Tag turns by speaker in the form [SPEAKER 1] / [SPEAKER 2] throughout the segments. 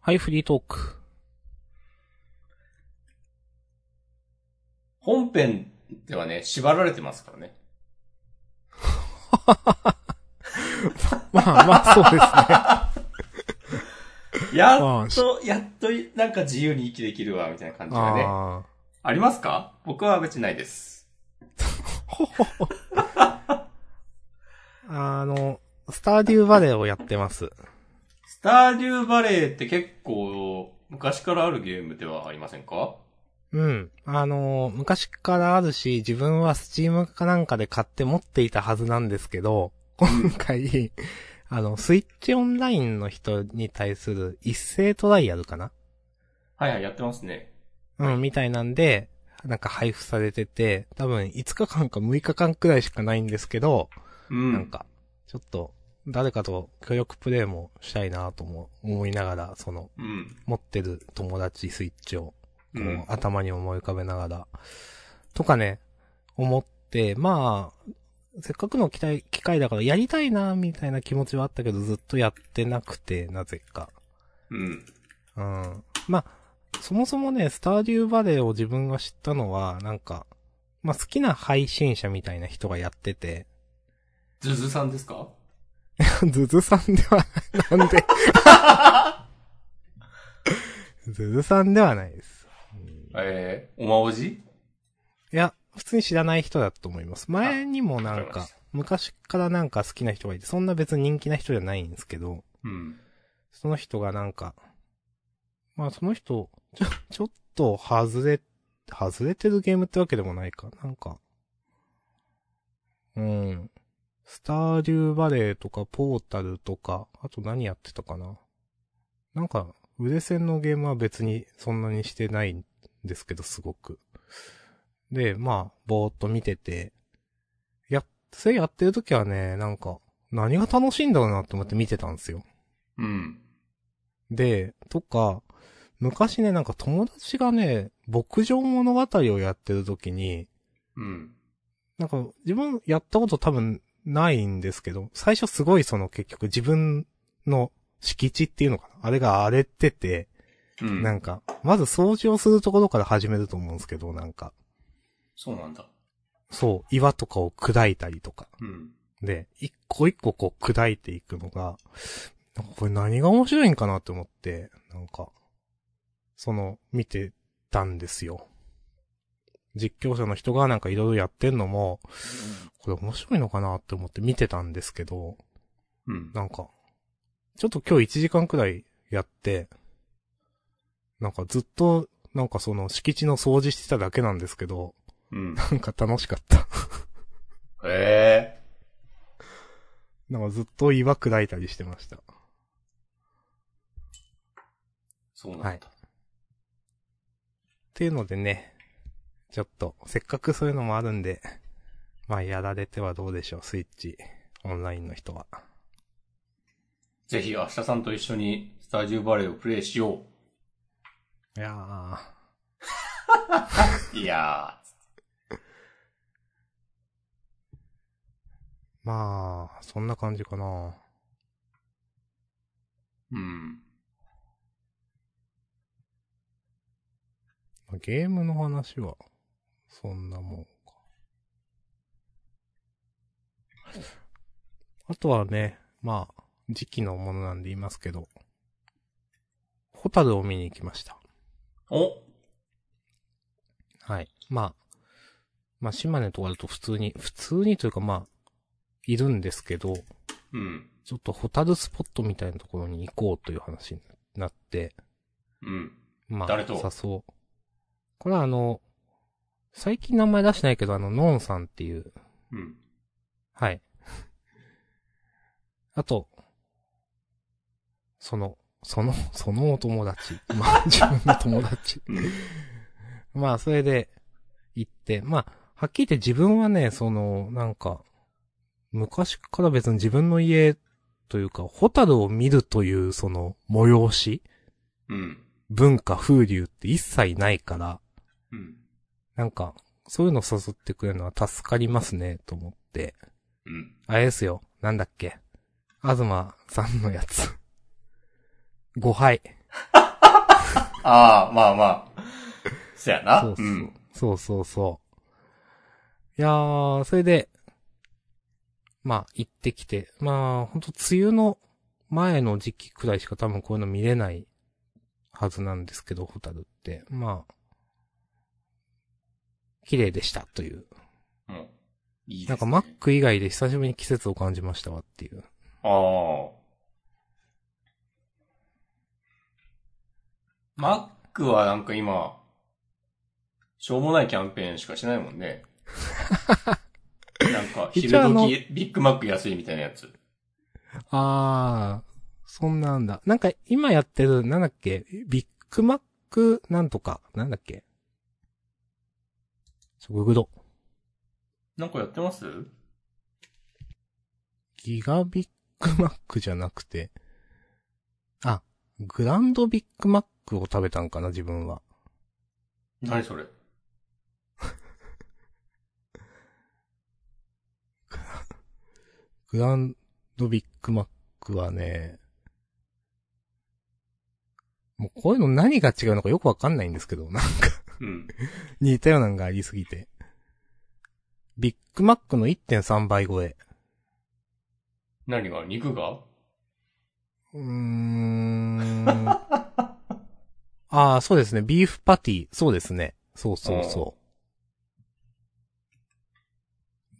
[SPEAKER 1] はい、フリートーク。
[SPEAKER 2] 本編ではね、縛られてますからね。
[SPEAKER 1] まあまあ、そう ですね。
[SPEAKER 2] やっと、やっと、なんか自由に息できるわ、みたいな感じがね。あ
[SPEAKER 1] あ
[SPEAKER 2] りますか僕は別にないです。
[SPEAKER 1] あ。あの、スターデューバレーをやってます。
[SPEAKER 2] スターデューバレーって結構、昔からあるゲームではありませんか
[SPEAKER 1] うん。あの、昔からあるし、自分はスチームかなんかで買って持っていたはずなんですけど、今回、あの、スイッチオンラインの人に対する一斉トライアルかな
[SPEAKER 2] はいはい、やってますね。
[SPEAKER 1] うん、みたいなんで、なんか配布されてて、多分5日間か6日間くらいしかないんですけど、
[SPEAKER 2] うん。
[SPEAKER 1] なんか、ちょっと、誰かと協力プレイもしたいなとも思いながら、その、
[SPEAKER 2] うん。
[SPEAKER 1] 持ってる友達スイッチを
[SPEAKER 2] う
[SPEAKER 1] こ
[SPEAKER 2] ん。
[SPEAKER 1] う、頭に思い浮かべながら、とかね、思って、まあ、せっかくの機会機会だからやりたいな、みたいな気持ちはあったけど、ずっとやってなくて、なぜか。
[SPEAKER 2] うん。
[SPEAKER 1] うん。まあ、そもそもね、スターデューバレーを自分が知ったのは、なんか、まあ好きな配信者みたいな人がやってて、
[SPEAKER 2] ズズさんですか
[SPEAKER 1] ズズさんではない、なんで。ズズさんではないです。うん
[SPEAKER 2] えー、おまおじ
[SPEAKER 1] いや、普通に知らない人だと思います。前にもな
[SPEAKER 2] わ
[SPEAKER 1] ん
[SPEAKER 2] かりま
[SPEAKER 1] か
[SPEAKER 2] し
[SPEAKER 1] 昔
[SPEAKER 2] た、
[SPEAKER 1] からなんか好きな人がいて、そんな別に人気な人じゃないんですけど、
[SPEAKER 2] うん。
[SPEAKER 1] その人がなんか、まあその人、ちょ、 ちょっと外れ、外れてるゲームってわけでもないか。なんか、うん。スターデューバレーとかポータルとか、あと何やってたかな。なんか、腕線のゲームは別にそんなにしてないんですけど、すごく。で、まあ、ぼーっと見てて、やっ、それやってる時はね、なんか、何が楽しいんだろうなって思って見てたんですよ。
[SPEAKER 2] うん。
[SPEAKER 1] で、とか、昔ね、なんか友達がね、牧場物語をやってる時に、
[SPEAKER 2] うん。
[SPEAKER 1] なんか自分やったこと多分ないんですけど、最初すごいその結局自分の敷地っていうのかなあれが荒れてて、
[SPEAKER 2] うん。
[SPEAKER 1] なんか、まず掃除をするところから始めると思うんですけど、なんか、
[SPEAKER 2] そうなんだ。
[SPEAKER 1] そう、岩とかを砕いたりとか。
[SPEAKER 2] うん。
[SPEAKER 1] で、一個一個こう砕いていくのが、なんかこれ何が面白いんかなって思って、なんか、その、見てたんですよ。実況者の人がなんかいろいろやってんのも、これ面白いのかなって思って見てたんですけど、
[SPEAKER 2] うん。
[SPEAKER 1] なんか、ちょっと今日1時間くらいやって、なんかずっと、なんかその敷地の掃除してただけなんですけど、
[SPEAKER 2] うん。
[SPEAKER 1] なんか楽しかった。
[SPEAKER 2] え
[SPEAKER 1] なんかずっと岩砕いたりしてました。
[SPEAKER 2] ー、そうなんだ。
[SPEAKER 1] はいっていうのでね、ちょっと、せっかくそういうのもあるんで、 まあ、やられてはどうでしょう、スイッチ、オンラインの人は。
[SPEAKER 2] ぜひ、明日さんと一緒にスタジオバレーをプレイしよ
[SPEAKER 1] いやー、
[SPEAKER 2] う。いや
[SPEAKER 1] まあ、そんな感じかな。
[SPEAKER 2] ー。うん。
[SPEAKER 1] ゲームの話は、そんなもんか。 あとはね、まあ、時期のものなんで言いますけど、ホタルを見に行きました。
[SPEAKER 2] お
[SPEAKER 1] はい。まあ、まあ、島根とかだと普通に、普通にというかまあ、いるんですけど、
[SPEAKER 2] うん。
[SPEAKER 1] ちょっとホタルスポットみたいなところに行こうという話になって、
[SPEAKER 2] うん。
[SPEAKER 1] まあ、
[SPEAKER 2] 誰と
[SPEAKER 1] 誘う。これはあの、最近名前出してないけど、あの、ノンさんっていう、
[SPEAKER 2] うん。
[SPEAKER 1] はい。あと、その、その、そのお友達。まあ、自分の友達。まあ、それで、行って、まあ、はっきり言って自分はね、その、なんか、昔から別に自分の家というか、ホタルを見るという、その、催し、
[SPEAKER 2] うん。
[SPEAKER 1] 文化、風流って一切ないから、
[SPEAKER 2] うん。
[SPEAKER 1] なんか、そういうの誘ってくれるのは助かりますね、と思って。
[SPEAKER 2] うん。
[SPEAKER 1] あれですよ、なんだっけ。あずまさんのやつ。5杯。
[SPEAKER 2] ああ、まあまあ。そやな。
[SPEAKER 1] そうそう、
[SPEAKER 2] ん。
[SPEAKER 1] そうそうそう。いやー、それで、まあ、行ってきて、まあ、ほんと梅雨の前の時期くらいしか多分こういうの見れないはずなんですけど、ホタルって。まあ、綺麗でしたという。
[SPEAKER 2] うん。いいです、ね。
[SPEAKER 1] なんかマック以外で久しぶりに季節を感じましたわっていう。
[SPEAKER 2] ああ。マックはなんか今、しょうもないキャンペーンしかしないも んね。なんか、昼
[SPEAKER 1] 一応あの
[SPEAKER 2] 時ビッグマック安いみたいなやつ。
[SPEAKER 1] あー、そんなんだ。なんか今やってる、なんだっけ、ビッグマックなんとか、なんだっけ。ググド。
[SPEAKER 2] なんかやってます
[SPEAKER 1] ギガビッグマックじゃなくて、あ、グランドビッグマックを食べたんかな、自分は。
[SPEAKER 2] 何それ
[SPEAKER 1] グランドビッグマックはね、もうこういうの何が違うのかよくわかんないんですけど、なんか
[SPEAKER 2] うん。
[SPEAKER 1] 似たようなのがありすぎて。ビッグマックの1.3倍超え。
[SPEAKER 2] 何が肉が
[SPEAKER 1] うーん。ああ、そうですね。ビーフパティ。そうですね。そうそうそ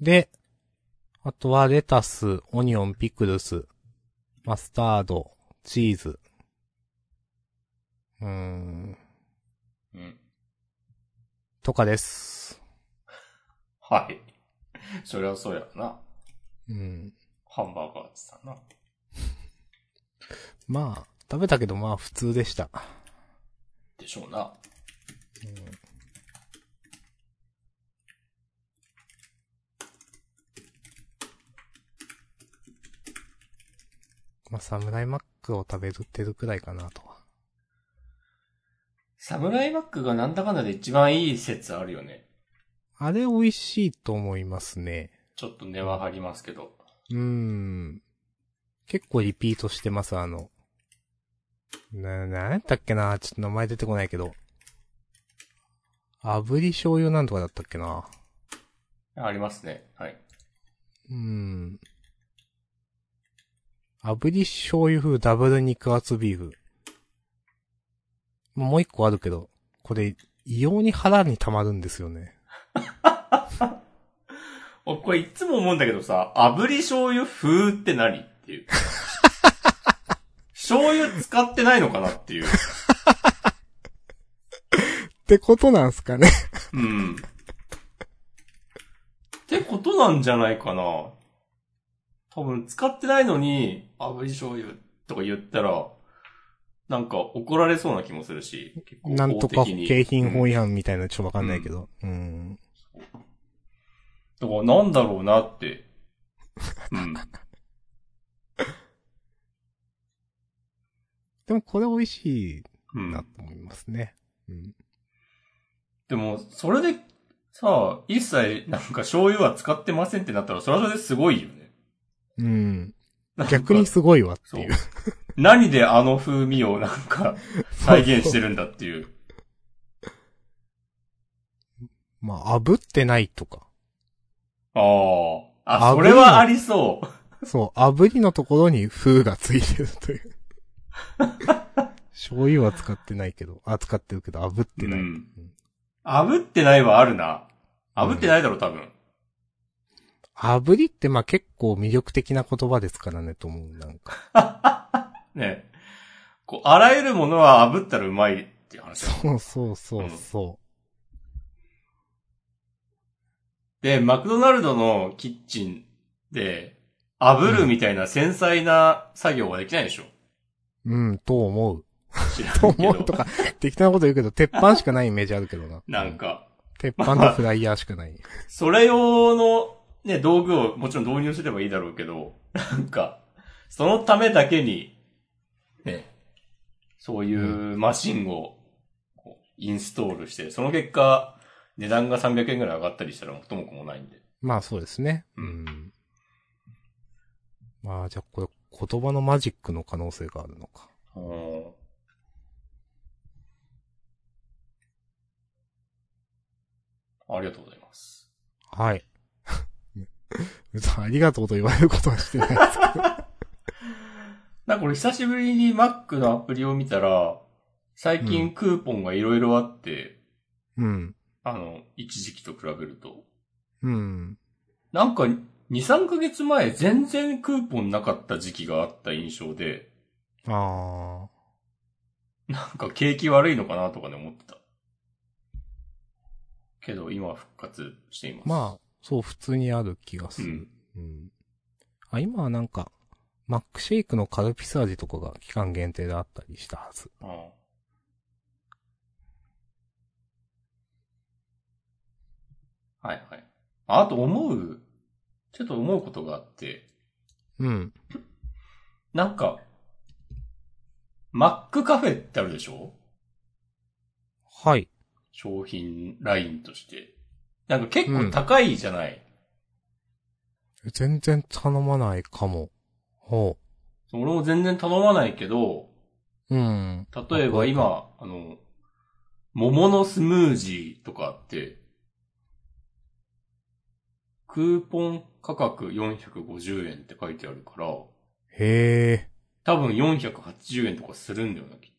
[SPEAKER 1] う。で、あとはレタス、オニオン、ピクルス、マスタード、チーズ。うーん。
[SPEAKER 2] うん。
[SPEAKER 1] とかです。
[SPEAKER 2] はい。そりゃそうやな。
[SPEAKER 1] うん。
[SPEAKER 2] ハンバーガーってさな。
[SPEAKER 1] まあ、食べたけどまあ普通でした。
[SPEAKER 2] でしょうな。
[SPEAKER 1] まあ、サムライマックを食べてるくらいかなとは。
[SPEAKER 2] サムライマックがなんだかんだで一番いい説あるよね。
[SPEAKER 1] あれ美味しいと思いますね。
[SPEAKER 2] ちょっと根は張りますけど。
[SPEAKER 1] うーん。結構リピートしてます、あの。な、なんやったっけなちょっと名前出てこないけど。炙り醤油なんとかだったっけな
[SPEAKER 2] ありますね。はい。
[SPEAKER 1] うーん。炙り醤油風ダブル肉厚ビーフ。もう一個あるけど、これ、異様に腹に溜まるんですよね。
[SPEAKER 2] お、これいつも思うんだけどさ、炙り醤油風って何っていう。醤油使ってないのかなっていう。
[SPEAKER 1] ってことなんすかね。
[SPEAKER 2] うん。ってことなんじゃないかな。多分使ってないのに、炙り醤油とか言ったら、なんか怒られそうな気もするし、結構
[SPEAKER 1] なんとか
[SPEAKER 2] 法的に
[SPEAKER 1] 景品
[SPEAKER 2] う
[SPEAKER 1] 法
[SPEAKER 2] ん
[SPEAKER 1] 違反みたいなちょっとわかんないけど。うん。
[SPEAKER 2] だからなんだろうなって。うん。
[SPEAKER 1] でもこれ美味し
[SPEAKER 2] う
[SPEAKER 1] い
[SPEAKER 2] ん
[SPEAKER 1] な。と思いますね。うん。
[SPEAKER 2] でも、それで、さあ、一切、なんか醤油は使ってませんってなったら、それはそれですごいよね。
[SPEAKER 1] うん。
[SPEAKER 2] なんか
[SPEAKER 1] 逆にすごいわっていう。
[SPEAKER 2] 何であの風味をなんか、再現してるんだっていう。
[SPEAKER 1] まあ、炙ってないとか。
[SPEAKER 2] ああ。あ、
[SPEAKER 1] 炙
[SPEAKER 2] そ
[SPEAKER 1] りの
[SPEAKER 2] れはありそう。
[SPEAKER 1] そう、炙りのところに風がついてると いう。醤油は使ってないけど、あ、使ってるけど炙ってない。
[SPEAKER 2] うん炙ってないはあるな。炙ってないだろ、多分。
[SPEAKER 1] 炙りってまあ結構魅力的な言葉ですからねと思う、なんか。
[SPEAKER 2] ね。こう、あらゆるものは炙ったらうまいっていう話だ。
[SPEAKER 1] そうそうそうそ
[SPEAKER 2] で、マクドナルドのキッチンで、炙るみたいな繊細な作業はできないでしょ。
[SPEAKER 1] う。うん、と思う。
[SPEAKER 2] 知ら
[SPEAKER 1] と
[SPEAKER 2] んけ
[SPEAKER 1] 思うと
[SPEAKER 2] ど。
[SPEAKER 1] か、適当なこと言うけど、鉄板しかないイメージあるけどな。
[SPEAKER 2] なん。か、
[SPEAKER 1] 鉄板のフライヤーしか ない。
[SPEAKER 2] それ用の、ね、道具をもちろん導入すればいいだろうけど、なんか、そのためだけに、ね、そういうマシンをこうインストールして、その結果、値段が300円ぐらい上がったりしたら元も子もないんで。
[SPEAKER 1] まあそうですね。
[SPEAKER 2] う
[SPEAKER 1] うんん。まあじゃあこれ言葉のマジックの可能性があるのか。
[SPEAKER 2] うんありがとうございます。
[SPEAKER 1] はい。 別にありがとうと言われることはしてない ですけど。
[SPEAKER 2] なんか俺久しぶりに Mac のアプリを見たら、最近クーポンがいろいろあって、
[SPEAKER 1] うん。
[SPEAKER 2] あの、一時期と比べると。
[SPEAKER 1] うん。
[SPEAKER 2] なんか、2、3ヶ月前全然クーポンなかった時期があった印象で、
[SPEAKER 1] あ
[SPEAKER 2] なんか景気悪いのかなとかね思ってた。けど今は復活していま
[SPEAKER 1] ー。
[SPEAKER 2] す。
[SPEAKER 1] まあ、そう、普通にある気が
[SPEAKER 2] う
[SPEAKER 1] する。
[SPEAKER 2] ん。
[SPEAKER 1] うん。あ、今はなんか、マックシェイクのカルピス味とかが期間限定であったりしたはず。
[SPEAKER 2] ああはいはい。ああと思う、ちょっと思うことがあって、
[SPEAKER 1] うん。
[SPEAKER 2] なんか、マックカフェってあるでしょ
[SPEAKER 1] はい。
[SPEAKER 2] 商品ラインとして。なんか結構高いじゃない、
[SPEAKER 1] 全然頼まないかも。ほ
[SPEAKER 2] 俺も全然頼まないけど、
[SPEAKER 1] う。うん。
[SPEAKER 2] 例えば今、あの、桃のスムージーとかあって、クーポン価格450円って書いてあるから、
[SPEAKER 1] へえ。
[SPEAKER 2] 多分480円とかするんだよな、きっ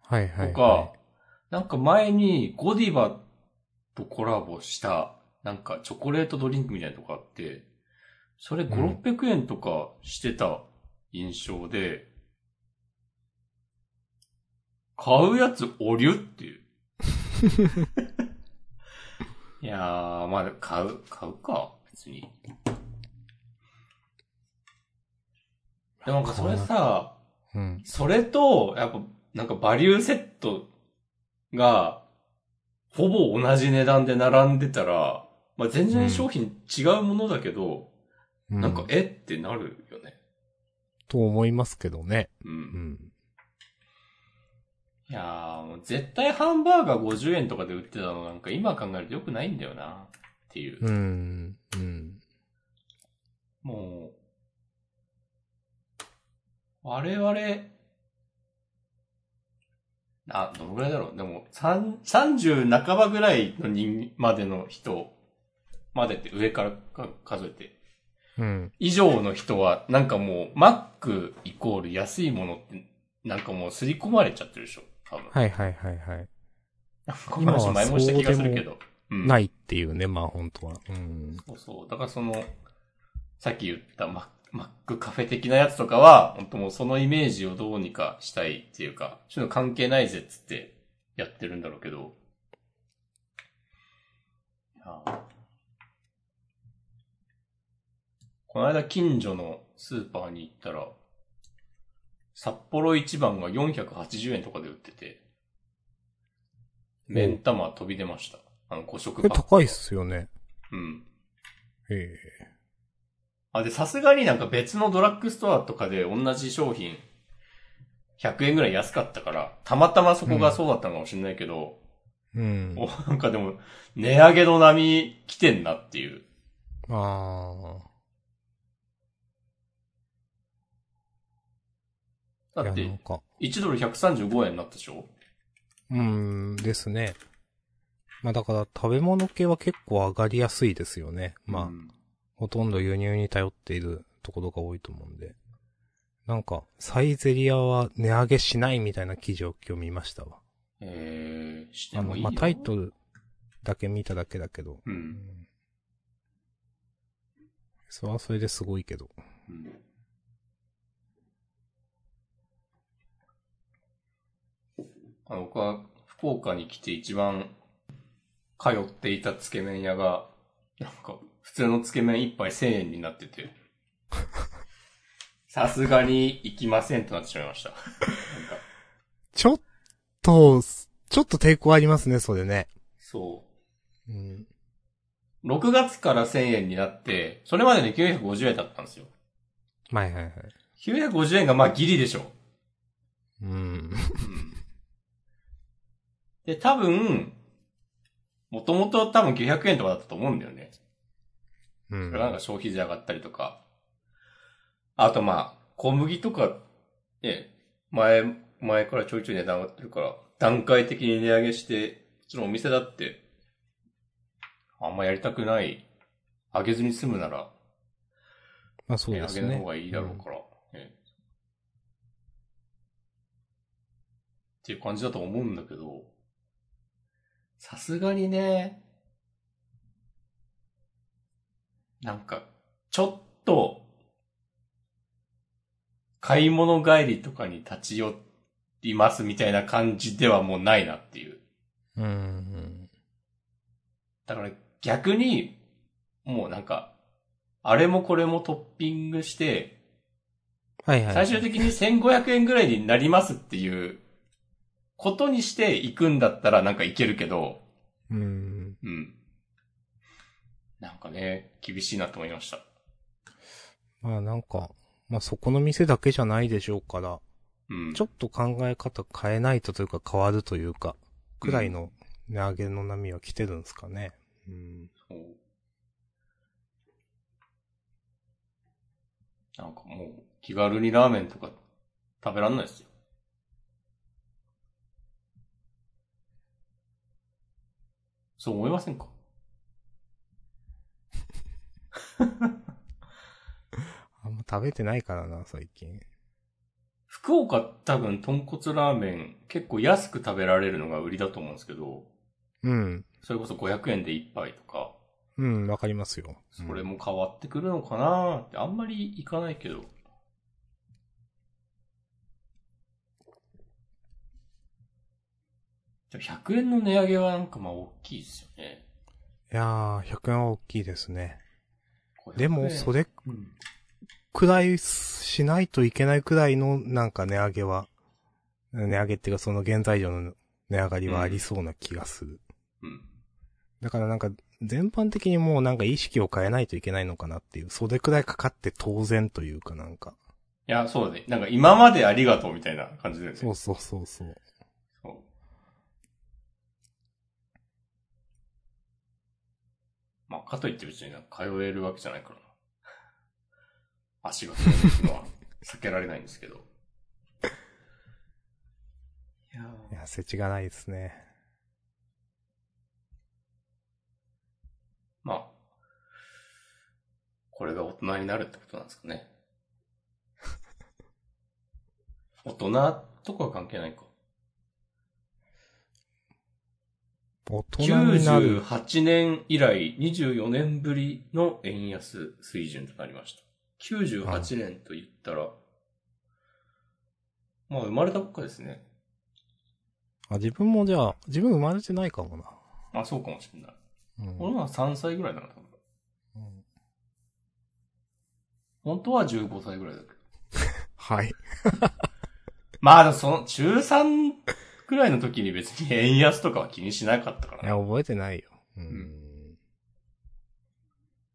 [SPEAKER 1] はいはい、
[SPEAKER 2] と。
[SPEAKER 1] はい。
[SPEAKER 2] とか、なんか前にゴディバとコラボした、なんかチョコレートドリンクみたいなとこあって、それ
[SPEAKER 1] うん
[SPEAKER 2] 5、600円とかしてた印象で、買うやつおりゅって いう。いやー、まあ、買う、買うか、別に。でもなんかそれさ、
[SPEAKER 1] うん。
[SPEAKER 2] それと、やっぱ、なんかバリューセットが、ほぼ同じ値段で並んでたら、まあ、全然商品違うものだけど、
[SPEAKER 1] うん。
[SPEAKER 2] なんか、えってなるよね。
[SPEAKER 1] と思いますけどね。
[SPEAKER 2] う。
[SPEAKER 1] うんん。
[SPEAKER 2] いやー、もう絶対ハンバーガー50円とかで売ってたのなんか今考えると良くないんだよな、っていう。
[SPEAKER 1] うん。うん。
[SPEAKER 2] もう、我々、あ、どのぐらいだろう。でも、三30半ばぐらいの人までの人、までって上からか数えて、
[SPEAKER 1] うん。
[SPEAKER 2] 以上の人は、なんかもう、マックイコール安いものって、なんかもう刷り込まれちゃってるでしょ。多分。
[SPEAKER 1] はいはいはいはい。
[SPEAKER 2] この話前もした気がするけど。うん
[SPEAKER 1] ないっていうね、まあ本当は。うん。
[SPEAKER 2] そうそう。だからその、さっき言ったマックマックカフェ的なやつとかは、本当もうそのイメージをどうにかしたいっていうか、そういうの関係ないぜっつってやってるんだろうけど。いやーこの間近所のスーパーに行ったら、札幌一番が480円とかで売ってて、目ん玉飛び出ました。あの5
[SPEAKER 1] こ
[SPEAKER 2] 食パ
[SPEAKER 1] れ
[SPEAKER 2] ック。
[SPEAKER 1] 高いっすよね。
[SPEAKER 2] うん。
[SPEAKER 1] ええ
[SPEAKER 2] あ、で、さすがになんか別のドラッグストアとかで同じ商品、100円ぐらい安かったから、たまたまそこがそうだったのかもしれないけど、
[SPEAKER 1] うん。
[SPEAKER 2] おなんかでも、値上げの波来てんなっていう。
[SPEAKER 1] あ
[SPEAKER 2] だ
[SPEAKER 1] あ。い
[SPEAKER 2] っ
[SPEAKER 1] や、なん
[SPEAKER 2] て、
[SPEAKER 1] か。
[SPEAKER 2] 1ドル135円になったでしょ
[SPEAKER 1] うん、ですね。まあだから食べ物系は結構上がりやすいですよね。まあ、
[SPEAKER 2] うん
[SPEAKER 1] ほとんど輸入に頼っているところが多いと思うんで。なんか、サイゼリアは値上げしないみたいな記事を今日見ましたわ。
[SPEAKER 2] えー、して
[SPEAKER 1] あ
[SPEAKER 2] も
[SPEAKER 1] の、
[SPEAKER 2] いいよ。
[SPEAKER 1] まあタイトルだけ見ただけだけど。う
[SPEAKER 2] う。
[SPEAKER 1] んんそれはそれですごいけど。
[SPEAKER 2] うんあの、僕は福岡に来て一番通っていたつけ麺屋が、なんか、普通のつけ麺一杯1000円になってて、さすがに行きませんとなってしまいました。なんか
[SPEAKER 1] ちょっと、ちょっと抵抗ありますね、それね。
[SPEAKER 2] そ
[SPEAKER 1] うん。
[SPEAKER 2] う。6月から1000円になって、それまでで950円だったんですよ。
[SPEAKER 1] はいはいはい。
[SPEAKER 2] 950円がまあギリでしょ。
[SPEAKER 1] うん。
[SPEAKER 2] で、多分、もともと多分900円とかだったと思うんだよね。
[SPEAKER 1] うん。
[SPEAKER 2] なんか消費税上がったりとか。あとまあ、小麦とか、ね、前、前からちょいちょい値段上がってるから、段階的に値上げして、そのお店だって、あんまやりたくない。上げずに済むなら、
[SPEAKER 1] まあそう
[SPEAKER 2] ね
[SPEAKER 1] で
[SPEAKER 2] 上
[SPEAKER 1] す
[SPEAKER 2] げ
[SPEAKER 1] ね。
[SPEAKER 2] ない方がいいだろ
[SPEAKER 1] ん
[SPEAKER 2] うから。ねっていう感じだと思うんだけど、さすがにね、なんか、ちょっと、買い物帰りとかに立ち寄りますみたいな感じではもうないなっていう。
[SPEAKER 1] うんうん。
[SPEAKER 2] だから逆に、もうなんか、あれもこれもトッピングして、
[SPEAKER 1] はいはい。
[SPEAKER 2] 最終的に1500円ぐらいになりますっていう、ことにして行くんだったらなんか行けるけど、
[SPEAKER 1] うん。
[SPEAKER 2] うん。なんかね、厳しいなと思いました。
[SPEAKER 1] まあなんか、まあそこの店だけじゃないでしょうから、
[SPEAKER 2] うん。
[SPEAKER 1] ちょっと考え方変えないとというか変わるというか、くらいの値上げの波は来てるんですかね。うん。
[SPEAKER 2] そうなんかもう、気軽にラーメンとか食べらんないですよ。そう思いませんか
[SPEAKER 1] あんま食べてないからな、最近。
[SPEAKER 2] 福岡多分豚骨ラーメン結構安く食べられるのが売りだと思うんですけど、
[SPEAKER 1] うん。
[SPEAKER 2] それこそ500円で一杯とか、
[SPEAKER 1] うん、わかりますよ。
[SPEAKER 2] それも変わってくるのかなって、あんまりいかないけど。でも100円の値上げはなんかまあ大きいですよね。
[SPEAKER 1] いやー、100円は大きいですね。でも、そ
[SPEAKER 2] れ、
[SPEAKER 1] れ
[SPEAKER 2] うん
[SPEAKER 1] くらいしないといけないくらいの、なんか値上げは、値上げっていうかその原材料の値上がりはありそうな気がする。
[SPEAKER 2] うん。
[SPEAKER 1] だからなんか、全般的にもうなんか意識を変えないといけないのかなっていう、それくらいかかって当然というかなんか。
[SPEAKER 2] いや、そうだね。なんか今までありがとうみたいな感じだよね。
[SPEAKER 1] そうそうそうそう。
[SPEAKER 2] そう。まあ、かといって別になんか通えるわけじゃないから な。足が遠いのは避けられないんですけど。いや
[SPEAKER 1] いや、せちがないですね。
[SPEAKER 2] まあ、これが大人になるってことなんです かね。大人とかは関係ないか。
[SPEAKER 1] 大人になる。
[SPEAKER 2] 98年以来24年ぶりの円安水準となりました。98年と言ったら、まあ生まれたばっかですね。
[SPEAKER 1] あ、自分もじゃあ、自分生まれてないかもな。
[SPEAKER 2] あ、そうかもしれない。
[SPEAKER 1] うん
[SPEAKER 2] 俺は3歳ぐらいだな、多分。
[SPEAKER 1] うん
[SPEAKER 2] 本当は15歳ぐらいだけど。
[SPEAKER 1] はい。
[SPEAKER 2] まあでもその中3ぐらいの時に別に円安とかは気にしなかったか
[SPEAKER 1] い
[SPEAKER 2] らね。
[SPEAKER 1] や、覚えてないよ。うん
[SPEAKER 2] ん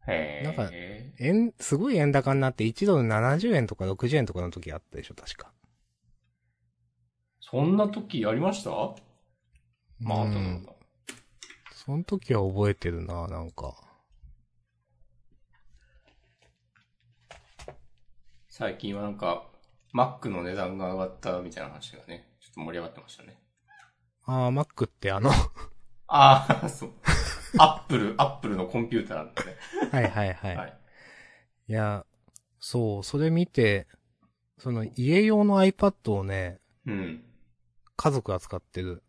[SPEAKER 2] へ
[SPEAKER 1] なんか
[SPEAKER 2] え。
[SPEAKER 1] 円、すごい円高になって1ドル70円とか60円とかの時あったでしょ、確か。
[SPEAKER 2] そんな時やりましたまあ、
[SPEAKER 1] う
[SPEAKER 2] どうなん
[SPEAKER 1] ん
[SPEAKER 2] だろう
[SPEAKER 1] その時は覚えてるな、なんか。
[SPEAKER 2] 最近はなんか、マックの値段が上がったみたいな話がね、ちょっと盛り上がってましたね。
[SPEAKER 1] あー、マックってあの、
[SPEAKER 2] ああ、そう。アップル、アップルのコンピューターなんだね。
[SPEAKER 1] はいはいはい。、
[SPEAKER 2] はいい。
[SPEAKER 1] や、そう、それ見て、その家用の iPad をね、
[SPEAKER 2] うん。
[SPEAKER 1] 家族が使ってる。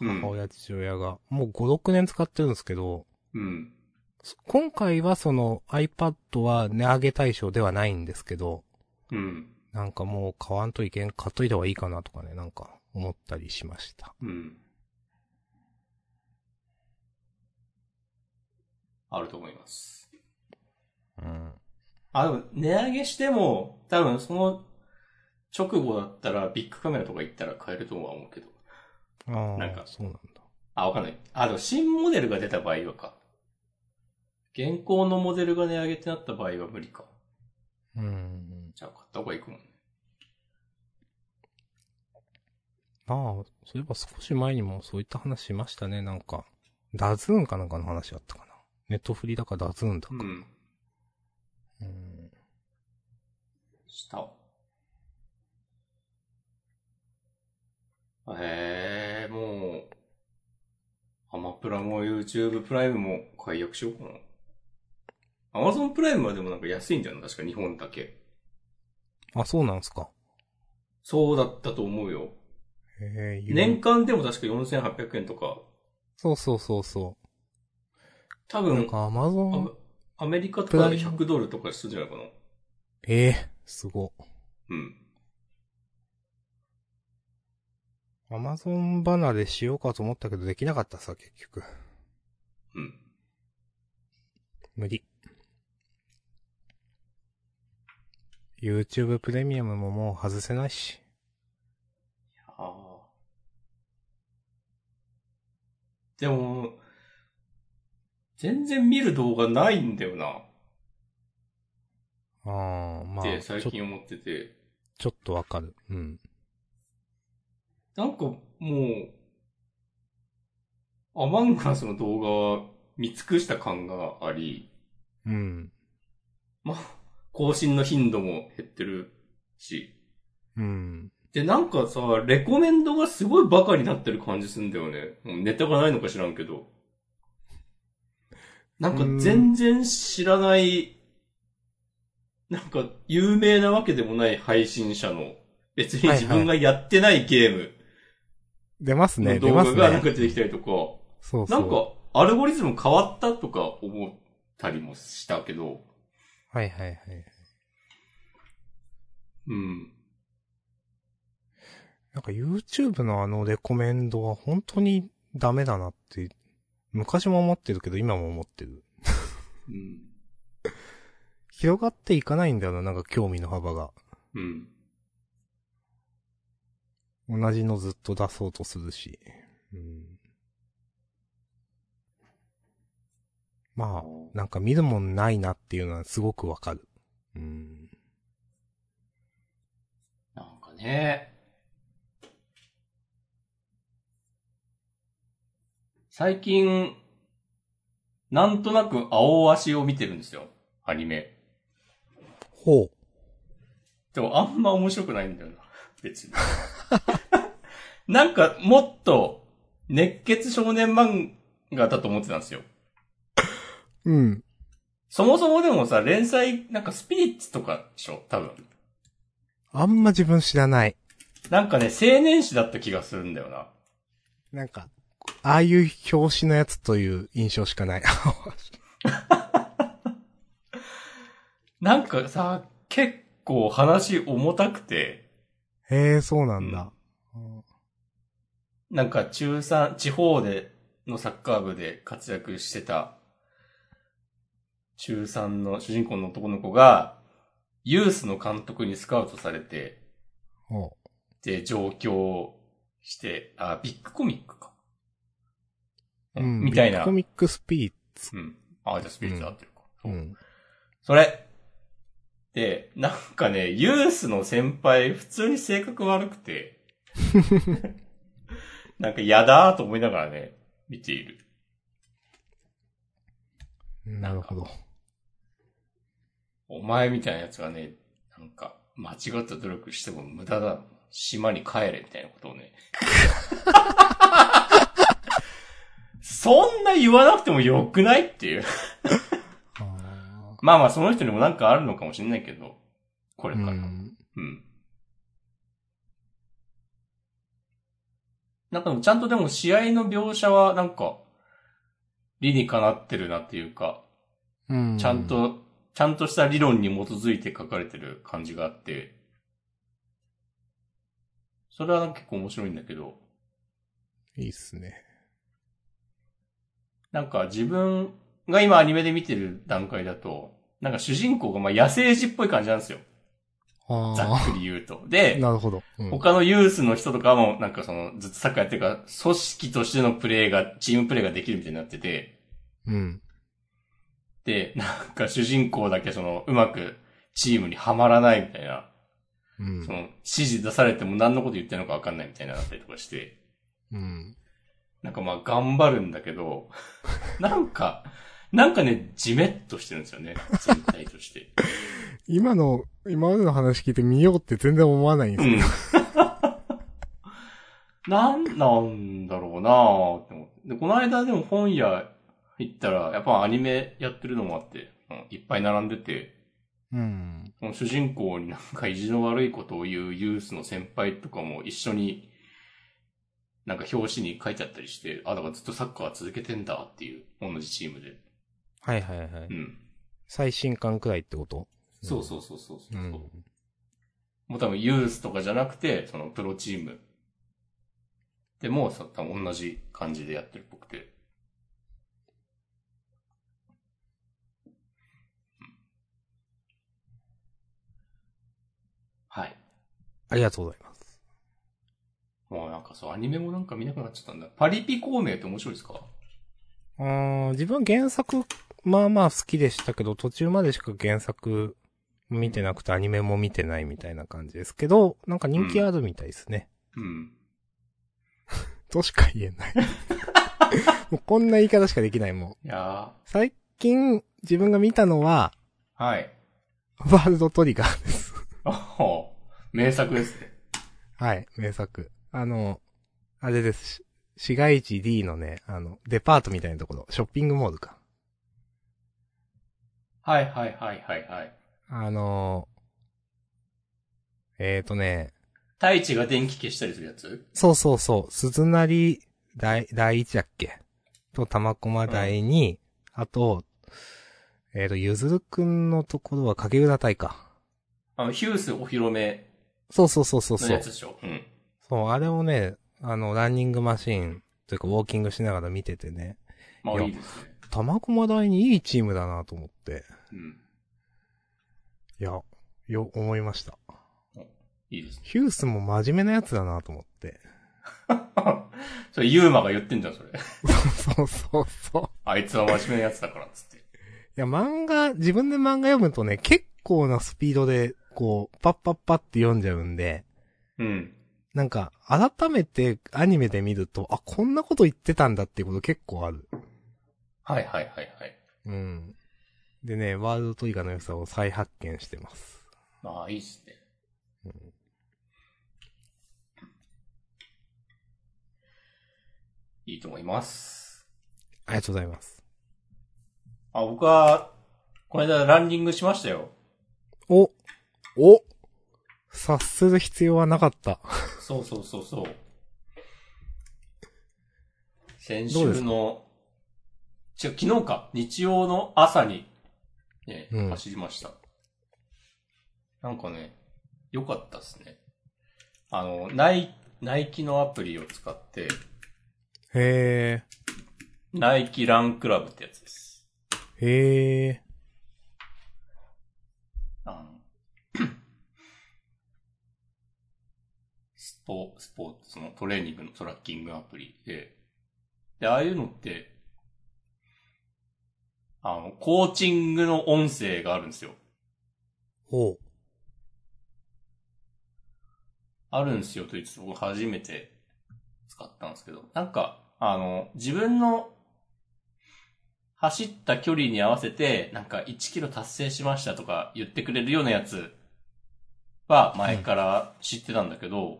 [SPEAKER 2] う
[SPEAKER 1] 母
[SPEAKER 2] ん。
[SPEAKER 1] 親、父親が。もう5、6年使ってるんですけど、
[SPEAKER 2] うん。
[SPEAKER 1] そ今回はその iPad は値上げ対象ではないんですけど、
[SPEAKER 2] うん。
[SPEAKER 1] なんかもう買わんといけん、買っといた方がいいかなとかね、なんか思ったりしました。
[SPEAKER 2] うん。あると思います。
[SPEAKER 1] うん。
[SPEAKER 2] あ、でも、値上げしても、多分その直後だったら、ビッグカメラとか行ったら買えるとは思うけど。
[SPEAKER 1] あ
[SPEAKER 2] なん
[SPEAKER 1] あ
[SPEAKER 2] か、
[SPEAKER 1] そうなんだ。
[SPEAKER 2] あ、わかんない。あ、でも新モデルが出た場合はか。現行のモデルが値上げってなった場合は無理か。
[SPEAKER 1] うん。
[SPEAKER 2] じゃあ買った方がいいかもね。
[SPEAKER 1] まあ、そういえば少し前にもそういった話しましたね、なんか。ダズーンかなんかの話あったかな。ネットフリだかダズーンだか。
[SPEAKER 2] うん。
[SPEAKER 1] うん
[SPEAKER 2] した。へえ、もう、アマプラからもう YouTube プライムも解約しようかな。Amazon プライムはでもなんか安いんじゃない確か日本だけ。
[SPEAKER 1] あ、そうなんすか。
[SPEAKER 2] そうだったと思うよ。
[SPEAKER 1] えー、
[SPEAKER 2] 年間でも確か4800円とか。
[SPEAKER 1] そうそうそうそ
[SPEAKER 2] 多
[SPEAKER 1] う。なん
[SPEAKER 2] 分、
[SPEAKER 1] かアマゾ
[SPEAKER 2] アメ
[SPEAKER 1] ン、
[SPEAKER 2] アメリカとかで100ドルとかするんじゃないかな。
[SPEAKER 1] えー、すご。
[SPEAKER 2] うん。
[SPEAKER 1] アマゾン離れしようかと思ったけどできなかったさ、結局。
[SPEAKER 2] うん。
[SPEAKER 1] 無理。YouTube プレミアムももう外せないし。
[SPEAKER 2] ああ。でも、全然見る動画ないんだよな。
[SPEAKER 1] ああ、ま
[SPEAKER 2] って
[SPEAKER 1] あ、
[SPEAKER 2] 最
[SPEAKER 1] ちょ
[SPEAKER 2] 近思ってて。
[SPEAKER 1] ちょっとわかる。うん。
[SPEAKER 2] なんかもう、アマンガスの動画は見尽くした感があり、
[SPEAKER 1] うん。
[SPEAKER 2] まあ、更新の頻度も減ってるし。
[SPEAKER 1] うん。
[SPEAKER 2] で、なんかさ、レコメンドがすごいバカになってる感じすんだよね。もうネタがないのか知らんけど。なんか全然知らない、なんか有名なわけでもない配信者の、別に自分がやってないゲーム
[SPEAKER 1] 出ますね、出
[SPEAKER 2] の動
[SPEAKER 1] ま
[SPEAKER 2] 画
[SPEAKER 1] す
[SPEAKER 2] がなんか
[SPEAKER 1] ね。
[SPEAKER 2] 出てきたりとか、
[SPEAKER 1] そうそう。
[SPEAKER 2] なんか、アルゴリズム変わったとか思ったりもしたけど、
[SPEAKER 1] はいはいはい。
[SPEAKER 2] うん。
[SPEAKER 1] なんか YouTube のあのレコメンドは本当にダメだなって、昔も思ってるけど今も思ってる。
[SPEAKER 2] うん。
[SPEAKER 1] 広がっていかないんだよな、なんか興味の幅が。
[SPEAKER 2] うん。
[SPEAKER 1] 同じのずっと出そうとするし。うん、まあ、なんか見るもんないなっていうのはすごくわかる。うん。
[SPEAKER 2] なんかね。最近、なんとなく青足を見てるんですよ。アニメ。
[SPEAKER 1] ほう。
[SPEAKER 2] でもあんま面白くないんだよな。別に。なんかもっと熱血少年漫画だと思ってたんですよ。
[SPEAKER 1] うん。
[SPEAKER 2] そもそもでもさ、連載、なんかスピリッツとかでしょ多分。
[SPEAKER 1] あんま自分知らない。
[SPEAKER 2] なんかね、青年誌だった気がするんだよな。
[SPEAKER 1] なんか、ああいう表紙のやつという印象しかない。
[SPEAKER 2] なんかさ、結構話重たくて、
[SPEAKER 1] へえ、そうなんだ。うん
[SPEAKER 2] なんか中3、地方でのサッカー部で活躍してた、中3の主人公の男の子が、ユースの監督にスカウトされて、
[SPEAKER 1] おう
[SPEAKER 2] で、上京して、あ、ビッグコミックか。
[SPEAKER 1] うん
[SPEAKER 2] みたい
[SPEAKER 1] ビッ
[SPEAKER 2] な。
[SPEAKER 1] グコミックスピリッツ。。
[SPEAKER 2] うん。あ、じゃあスピリッツ合ってるか。そううんそれ。で、なんかね、ユースの先輩、普通に性格悪く て。なんか嫌だーと思いながらね、見ている。
[SPEAKER 1] なるほど。
[SPEAKER 2] お前みたいなやつがね、なんか、間違った努力しても無駄だ。島に帰れみたいなこ とをね。そんな言わなくてもよくないっていう。
[SPEAKER 1] あ
[SPEAKER 2] まあまあ、その人にもなんかあるのかもしれないけど、こ
[SPEAKER 1] ー
[SPEAKER 2] れ
[SPEAKER 1] う
[SPEAKER 2] から。
[SPEAKER 1] ん。
[SPEAKER 2] うん。なんかでもちゃんとでも試合の描写はなんか、理にかなってるなっていうか、
[SPEAKER 1] うん。
[SPEAKER 2] ちゃん。と、ちゃんとした理論に基づいて書かれてる感じがあって、それは結構面白いんだけど、
[SPEAKER 1] いいっすね。
[SPEAKER 2] なんか自分が今アニメで見てる段階だと、なんか主人公がまあ野生児っぽい感じなんですよ。ざ
[SPEAKER 1] あ
[SPEAKER 2] っくり言うと。で
[SPEAKER 1] あ。、なるほど。うん
[SPEAKER 2] 他のユースの人とかも、なんかその、ずっとサッカーやってるから、組織としてのプレーが、チームプレーができるみたいになってて、
[SPEAKER 1] うん。
[SPEAKER 2] で、 なんか主人公だけその、うまくチームにはまらないみたいな、
[SPEAKER 1] うん
[SPEAKER 2] その、指示出されても何のこと言ってるのかわかんないみたいになったりとかして、
[SPEAKER 1] うん。
[SPEAKER 2] なんかまあ頑張るんだ けど、なんか、なんかね、じめっとしてるんですよね、全体として。
[SPEAKER 1] 今の、今までの話聞いて見ようって全然思わないんで
[SPEAKER 2] う
[SPEAKER 1] すよ。
[SPEAKER 2] ん。なんなんだろうなぁって思って。で、この間でも本屋行ったら、やっぱアニメやってるのもあって、うんいっぱい並んでて、
[SPEAKER 1] うん。
[SPEAKER 2] その主人公になんか意地の悪いことを言うユースの先輩とかも一緒に、なんか表紙に書いてあったりして、あ、だからずっとサッカー続けてんだっていう、同じチームで。
[SPEAKER 1] はいはいはい。
[SPEAKER 2] うん。
[SPEAKER 1] 最新刊くらいってこと
[SPEAKER 2] そうそうそうそうそうう。
[SPEAKER 1] ん。
[SPEAKER 2] もう多分ユースとかじゃなくて、そのプロチーム。でも、そ多分同じ感じでやってるっぽくて。はい。
[SPEAKER 1] ありがとうございます。
[SPEAKER 2] もうなんかそう、アニメもなんか見なくなっちゃったんだ。パリピ孔明って面白いですか
[SPEAKER 1] あー自分は原作、まあまあ好きでしたけど、途中までしか原作見てなくてアニメも見てないみたいな感じですけど、なんか人気あるみたいですね。
[SPEAKER 2] うん。
[SPEAKER 1] としか言えない。 もうこんな言い方しかできないもん。
[SPEAKER 2] いや
[SPEAKER 1] 最近自分が見たのは、
[SPEAKER 2] ー。はい。
[SPEAKER 1] ワールドトリガーです。
[SPEAKER 2] あは名作ですね。
[SPEAKER 1] はい、名作。あの、あれです。し市街地 D のね、あの、デパートみたいなところ、ショッピングモールか。
[SPEAKER 2] はいはいはいはいはい。
[SPEAKER 1] あのえーとね、
[SPEAKER 2] 太一が電気消したりするやつ
[SPEAKER 1] そうそうそう、鈴なり第、第一だっけと、玉駒第に、あと、えーと、ゆずるくんのところは影浦隊か。
[SPEAKER 2] あの、ヒュースお披露目
[SPEAKER 1] そうそうそうそう
[SPEAKER 2] の
[SPEAKER 1] そ
[SPEAKER 2] や
[SPEAKER 1] う
[SPEAKER 2] つ。でしょうん。
[SPEAKER 1] そう、あれをね、あの、ランニングマシーン、というかウォーキングしながら見ててね、
[SPEAKER 2] ま
[SPEAKER 1] い
[SPEAKER 2] あ
[SPEAKER 1] や
[SPEAKER 2] いいですね。
[SPEAKER 1] 玉駒大にいいチームだなと思って。
[SPEAKER 2] うん。
[SPEAKER 1] いや、よ、思いました。
[SPEAKER 2] いいですね。
[SPEAKER 1] ヒュースも真面目なやつだなと思って。
[SPEAKER 2] それ、ユーマが言ってんじゃん、それ。
[SPEAKER 1] そうそうそう。
[SPEAKER 2] あいつは真面目なやつだから、つって。
[SPEAKER 1] いや、漫画、自分で漫画読むとね、結構なスピードで、こう、パッパッパって読んじゃうんで、
[SPEAKER 2] うん。
[SPEAKER 1] なんか、改めてアニメで見ると、あ、こんなこと言ってたんだっていうこと結構ある。
[SPEAKER 2] はいはいはいはい。
[SPEAKER 1] うん。でね、ワールドトリガーの良さを再発見してます。
[SPEAKER 2] まあいいですね。いいと思います。
[SPEAKER 1] ありがとうございます。
[SPEAKER 2] あ、僕は、この間ランニングしましたよ。
[SPEAKER 1] おお察する必要はなかった。
[SPEAKER 2] そうそうそうそう。先
[SPEAKER 1] どうで
[SPEAKER 2] 週
[SPEAKER 1] す
[SPEAKER 2] の、違う、昨日か、日曜の朝に、ね、
[SPEAKER 1] うん
[SPEAKER 2] 走りました。なんかね、良かったっすね。あの、ナイ、ナイキのアプリを使って、
[SPEAKER 1] へ
[SPEAKER 2] ナイキランクラブってやつです。
[SPEAKER 1] ー。へー。
[SPEAKER 2] あの、スポ、スポーツのトレーニングのトラッキングアプリで、で、ああいうのって、あの、コーチングの音声があるんですよ。
[SPEAKER 1] おう。
[SPEAKER 2] あるんですよと言って僕初めて使ったんですけど、なんか、あの、自分の走った距離に合わせて、なんか1キロ達成しましたとか言ってくれるようなやつは前から知ってたんだけど、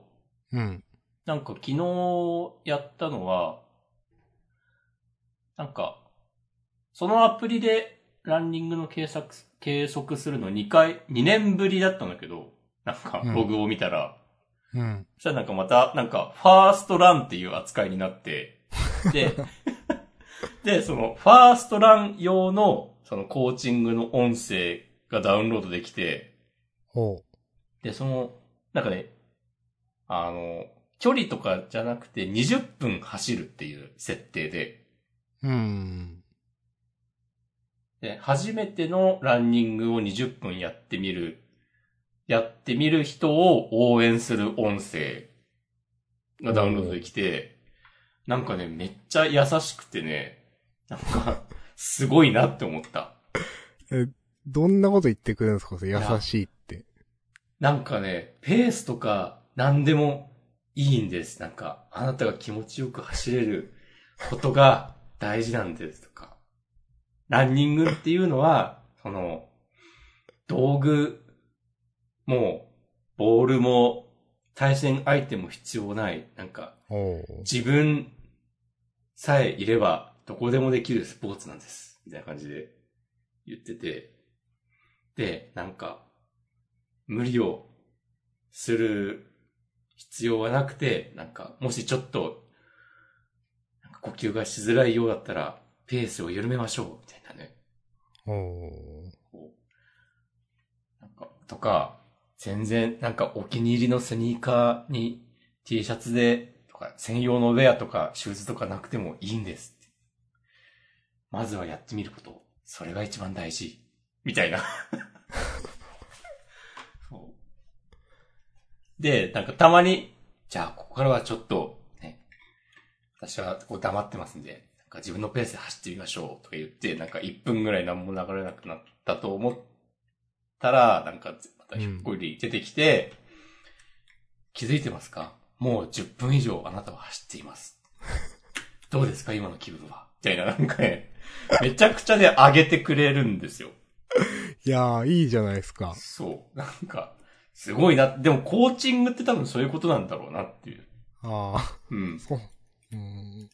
[SPEAKER 1] うん。
[SPEAKER 2] なんか昨日やったのは、なんか、そのアプリでランニングの計測す、計測するの2回、2年ぶりだったんだけど、なんか
[SPEAKER 1] うん
[SPEAKER 2] ログを見たら、
[SPEAKER 1] うん。
[SPEAKER 2] そしたらなんかまた、なんか、ファーストランっていう扱いになって、 で、で、その、ファーストラン用の、その、コーチングの音声がダウンロードできて、
[SPEAKER 1] おう。
[SPEAKER 2] で、その、なんかね、あの、距離とかじゃなくて20分走るっていう設定で、
[SPEAKER 1] うん。
[SPEAKER 2] で、初めてのランニングを20分やってみる、やってみる人を応援する音声がダウンロードできて、なんかね、めっちゃ優しくてね、なんか、すごいなって思った。
[SPEAKER 1] どんなこと言ってくるんですかそれ優しいって。
[SPEAKER 2] なんかね、ペースとか何でもいいんです。なんか、あなたが気持ちよく走れることが大事なんですとか。ランニングっていうのは、その、道具も、ボールも、対戦相手も必要ない。なんか、
[SPEAKER 1] おう。
[SPEAKER 2] 自分さえいれば、どこでもできるスポーツなんです。みたいな感じで言ってて。で、なんか、無理をする必要はなくて、なんか、もしちょっと、なんか呼吸がしづらいようだったら、ペースを緩めましょう。みたいなね。
[SPEAKER 1] お
[SPEAKER 2] こうなんか、とか、全然、なんかお気に入りのスニーカーに T シャツで、とか、専用のウェアとかシューズとかなくてもいいんですって。まずはやってみること。それが一番大事。みたいな。そうで、なんかたまに、じゃあここからはちょっと、ね、私はこう黙ってますんで、なんか自分のペースで走ってみましょうとか言って、なんか1分ぐらい何も流れなくなったと思ったら、なんかまたひっこり出てきて、気づいてますかもう10分以上あなたは走っています。どうですか今の気分は。みたいな、なんかね、めちゃくちゃで上げてくれるんですよ。
[SPEAKER 1] いやー、いいじゃないですか。
[SPEAKER 2] そう。なんか、すごいな。でもコーチングって多分そういうことなんだろうなっていう。
[SPEAKER 1] あ
[SPEAKER 2] うん
[SPEAKER 1] あ、。 そう。うん。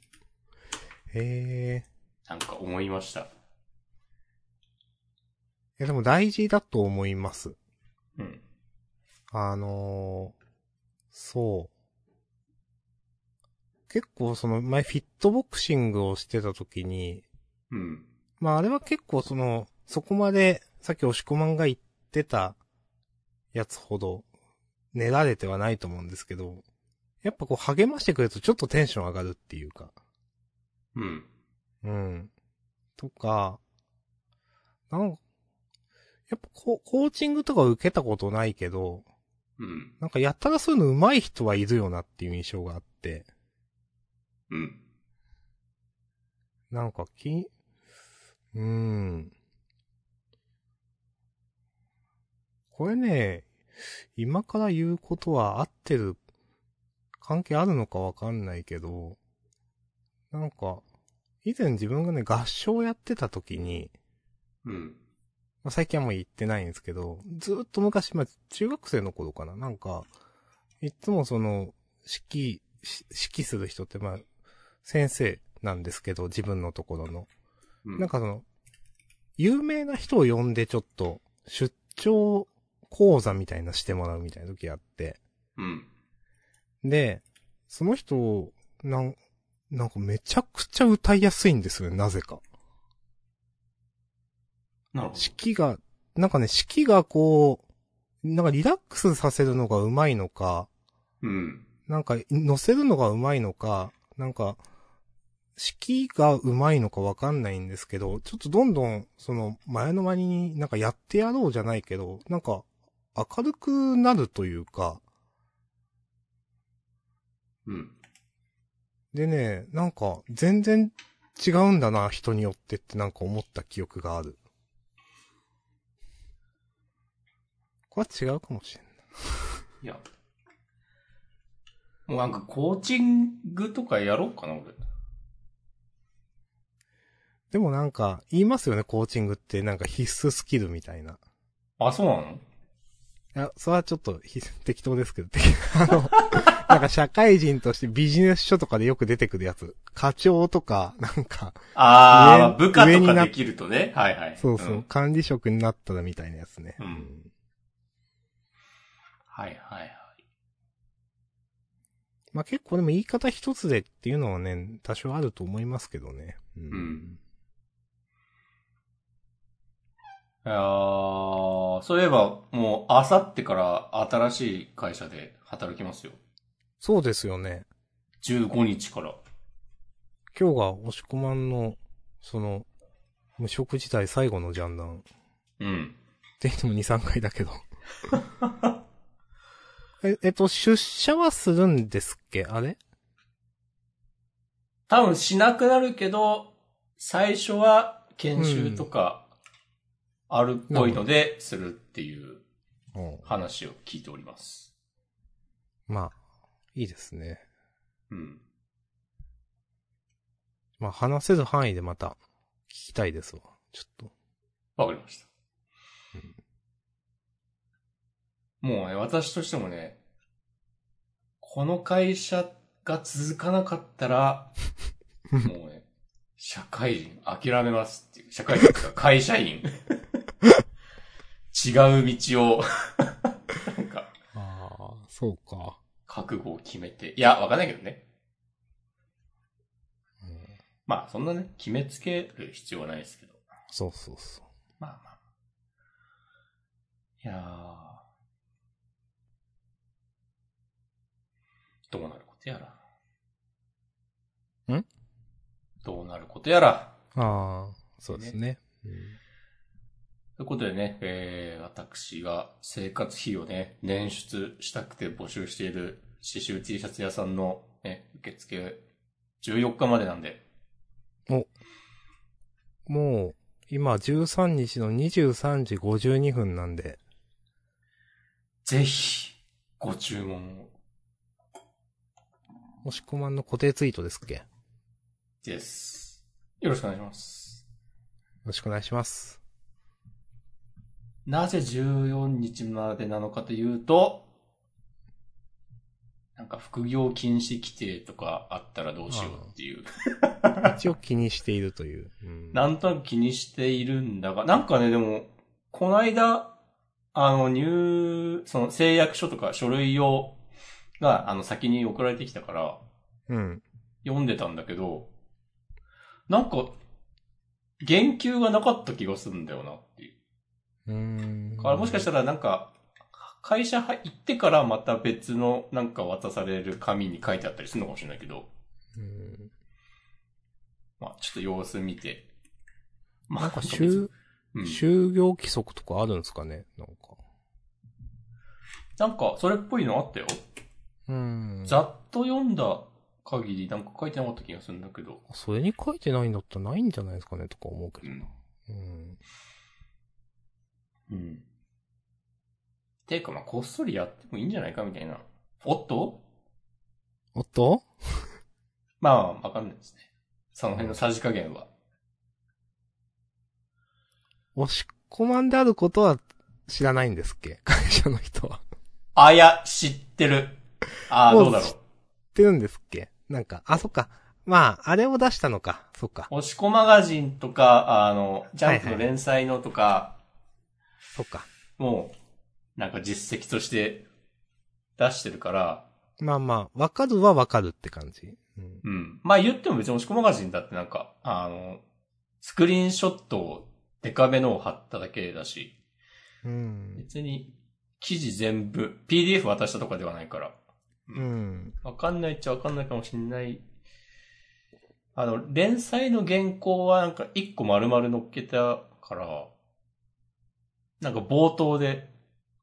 [SPEAKER 1] へえ。
[SPEAKER 2] なんか思いました。
[SPEAKER 1] いや、でも大事だと思います。
[SPEAKER 2] うん。
[SPEAKER 1] あのー、そう。結構その前フィットボクシングをしてた時に、
[SPEAKER 2] うん。
[SPEAKER 1] まああれは結構その、そこまで、さっき押し込まんが言ってたやつほど、練られてはないと思うんですけど、やっぱこう励ましてくれるとちょっとテンション上がるっていうか。
[SPEAKER 2] うん。
[SPEAKER 1] うん。とか、なんやっぱこうコーチングとか受けたことないけど、
[SPEAKER 2] うん。
[SPEAKER 1] なんかやたらそういうの上手い人はいるよなっていう印象があって、
[SPEAKER 2] うん。
[SPEAKER 1] なんかき、うーん。これね、今から言うことは合ってる、関係あるのかわかんないけど、なんか、以前自分がね、合唱やってた時に、
[SPEAKER 2] うん。
[SPEAKER 1] まあ最近はもう行ってないんですけど、ずーっと昔、まあ、中学生の頃かな、なんか、いつもその、指揮、し指揮する人って、まあ、先生なんですけど、自分のところの。
[SPEAKER 2] うん。
[SPEAKER 1] なんかその、有名な人を呼んでちょっと、出張講座みたいなしてもらうみたいな時あって、
[SPEAKER 2] うん。
[SPEAKER 1] で、その人、なん、なんかめちゃくちゃ歌いやすいんですよね、なぜか。
[SPEAKER 2] なるほど。
[SPEAKER 1] 式が、なんかね、式がこう、なんかリラックスさせるのがうまいのか、
[SPEAKER 2] うん。
[SPEAKER 1] なんか乗せるのがうまいのか、なんか、式がうまいのかわかんないんですけど、ちょっとどんどん、その、前の間になんかやってやろうじゃないけど、なんか、明るくなるというか、
[SPEAKER 2] うん。
[SPEAKER 1] でね、なんか、全然違うんだな、人によってってなんか思った記憶がある。これは違うかもしれない。
[SPEAKER 2] いや。もうなんかコーチングとかやろうかな、俺。
[SPEAKER 1] でもなんか、言いますよね、コーチングって、なんか必須スキルみたいな。
[SPEAKER 2] あ、そうなの
[SPEAKER 1] いや、それはちょっとひ、適当ですけど、 適あの、なんか社会人としてビジネス書とかでよく出てくるやつ。課長とか、なんか、
[SPEAKER 2] あー、まあ
[SPEAKER 1] 上
[SPEAKER 2] 部下
[SPEAKER 1] 上
[SPEAKER 2] と
[SPEAKER 1] に
[SPEAKER 2] か
[SPEAKER 1] な
[SPEAKER 2] できるとね。はいはい。
[SPEAKER 1] そうそう、
[SPEAKER 2] ん
[SPEAKER 1] 管理職になったらみたいなやつね。
[SPEAKER 2] うん
[SPEAKER 1] ん
[SPEAKER 2] はいはいはい。
[SPEAKER 1] まあ結構でも言い方一つでっていうのはね、多少あると思いますけどね。うん
[SPEAKER 2] んあーそういえば、もう、あさってから新しい会社で働きますよ。
[SPEAKER 1] そうですよね。
[SPEAKER 2] 15日から。
[SPEAKER 1] 今日が押し込まんの、その、無職時代最後のジャンダン。っ
[SPEAKER 2] うん。
[SPEAKER 1] て言っても2、3回だけ ど。え、えっと、出社はするんですっけあれ
[SPEAKER 2] 多分しなくなるけど、最初は研修とかあるっぽいので、するっていう話を聞いております。
[SPEAKER 1] まあ、いいですね。
[SPEAKER 2] うん。
[SPEAKER 1] まあ、話せる範囲でまた聞きたいですわ。ちょっと。
[SPEAKER 2] わかりました。もうね、私としてもね、この会社が続かなかったら、もうね、社会人、諦めますっていう。社会人ですか、会社員。違う道を、なんか、
[SPEAKER 1] ああ、そうか。
[SPEAKER 2] 覚悟を決めて。いや、わかんないけどね。
[SPEAKER 1] うん
[SPEAKER 2] まあ、そんなね、決めつける必要はないですけど。
[SPEAKER 1] そうそうそ
[SPEAKER 2] まあまあ。いやー。どうなることやら。
[SPEAKER 1] ん
[SPEAKER 2] どうなることやら。
[SPEAKER 1] う。ああ、そうですね。
[SPEAKER 2] ということでね、えー、私が生活費をね、捻出したくて募集している刺繍 T シャツ屋さんの、ね、受付14日までなんで、
[SPEAKER 1] うんもう、今13日の23時52分なんで、
[SPEAKER 2] ぜひ、ご注文を
[SPEAKER 1] もしこまんの固定ツイートですっけよ
[SPEAKER 2] です。よろしくお願いします。
[SPEAKER 1] ろしくお願いします。
[SPEAKER 2] なぜ14日までなのかというと、なんか副業禁止規定とかあったらどうしようっていう。
[SPEAKER 1] 一応気にしているという。うん
[SPEAKER 2] なんとなく気にしているんだが、なんかね、でも、こないだ、あの、入、その誓約書とか書類を、が、あの、先に送られてきたから、
[SPEAKER 1] うん。
[SPEAKER 2] 読んでたんだけど、なんか、言及がなかった気がするんだよなっていう。
[SPEAKER 1] うーん。
[SPEAKER 2] だからもしかしたらなんか、会社入ってからまた別のなんか渡される紙に書いてあったりするのかもしれないけど、
[SPEAKER 1] うん
[SPEAKER 2] まあちょっと様子見て。まあ、
[SPEAKER 1] なんか、
[SPEAKER 2] 別に
[SPEAKER 1] 就、
[SPEAKER 2] うん
[SPEAKER 1] 就業規則とかあるんですかねなんか。
[SPEAKER 2] なんか、それっぽいのあったよ。
[SPEAKER 1] うん。
[SPEAKER 2] ざっと読んだ限りなんか書いてなかった気がするんだけど。
[SPEAKER 1] それに書いてないんだったらないんじゃないですかねとか思うけどな。うん。
[SPEAKER 2] うん。ていうかまあこっそりやってもいいんじゃないかみたいな。おっと
[SPEAKER 1] おっと
[SPEAKER 2] まあまあわかんないですね。その辺のさじ加減は。
[SPEAKER 1] 押し込まんであることは知らないんですっけ 会社の人は。
[SPEAKER 2] あ、いや、知ってる。ああ、
[SPEAKER 1] もう
[SPEAKER 2] どうだろう。
[SPEAKER 1] って言うんですっけなんか、あ、そっか。まあ、あれを出したのか。そっか。
[SPEAKER 2] 押し子マガジンとか、あの、ジャンプの
[SPEAKER 1] はいはい
[SPEAKER 2] 連載のとか、
[SPEAKER 1] そっか。
[SPEAKER 2] もう、なんか実績として出してるから、
[SPEAKER 1] まあまあ、わかるはわかるって感じ。うん。
[SPEAKER 2] うん。まあ言っても別に押し子マガジンだってなんか、あの、スクリーンショットをデカめのを貼っただけだし、
[SPEAKER 1] うん。
[SPEAKER 2] 別に記事全部、PDF 渡したとかではないから、
[SPEAKER 1] うん。
[SPEAKER 2] わかんないっちゃわかんないかもしんない。あの、連載の原稿はなんか一個丸々乗っけたから、なんか冒頭で、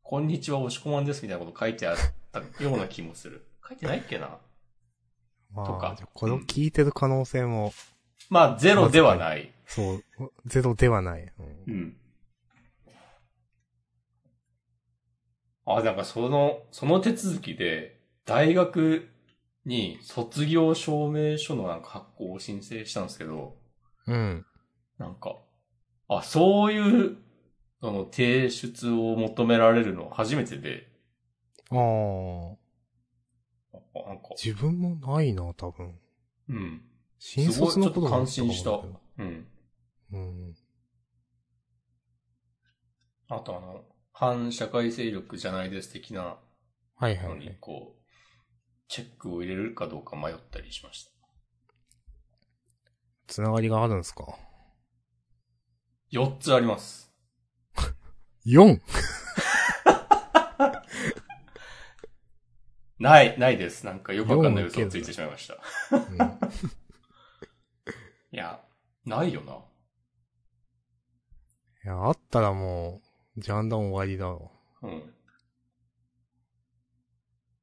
[SPEAKER 2] こんにちは押し込まんですみたいなこと書いてあったような気もする。 書いてないっけな
[SPEAKER 1] ま
[SPEAKER 2] とか
[SPEAKER 1] あ、じゃあこれを聞いてる可能性も、
[SPEAKER 2] まあ、ゼロではない。
[SPEAKER 1] そう、ゼロではない。うん
[SPEAKER 2] うん。あ、なんかその、その手続きで、大学に卒業証明書のなんか発行を申請したんですけど、
[SPEAKER 1] うん。
[SPEAKER 2] なんか、あ、そういう、その、提出を求められるの初めてで、
[SPEAKER 1] ああ、
[SPEAKER 2] あなんか、
[SPEAKER 1] 自分もないな、多分。
[SPEAKER 2] うん。
[SPEAKER 1] 新卒のこと
[SPEAKER 2] すごいちょっと感心した
[SPEAKER 1] だったかもだ
[SPEAKER 2] うん。
[SPEAKER 1] けどうん。
[SPEAKER 2] あとあの、反社会勢力じゃないです的な
[SPEAKER 1] はいはい、
[SPEAKER 2] の
[SPEAKER 1] は
[SPEAKER 2] に
[SPEAKER 1] い、。
[SPEAKER 2] こう、チェックを入れるかどうか迷ったりしました。
[SPEAKER 1] つながりがあるんですか
[SPEAKER 2] 4つあります。
[SPEAKER 1] ?4!
[SPEAKER 2] ない、ないです。なんかよくわかんない
[SPEAKER 1] よう
[SPEAKER 2] 嘘を
[SPEAKER 1] 受けるんだ
[SPEAKER 2] ついてしまいました。い
[SPEAKER 1] うん、
[SPEAKER 2] や、ないよな。
[SPEAKER 1] いや、あったらもう、ジャンダン終わりだろ
[SPEAKER 2] うん。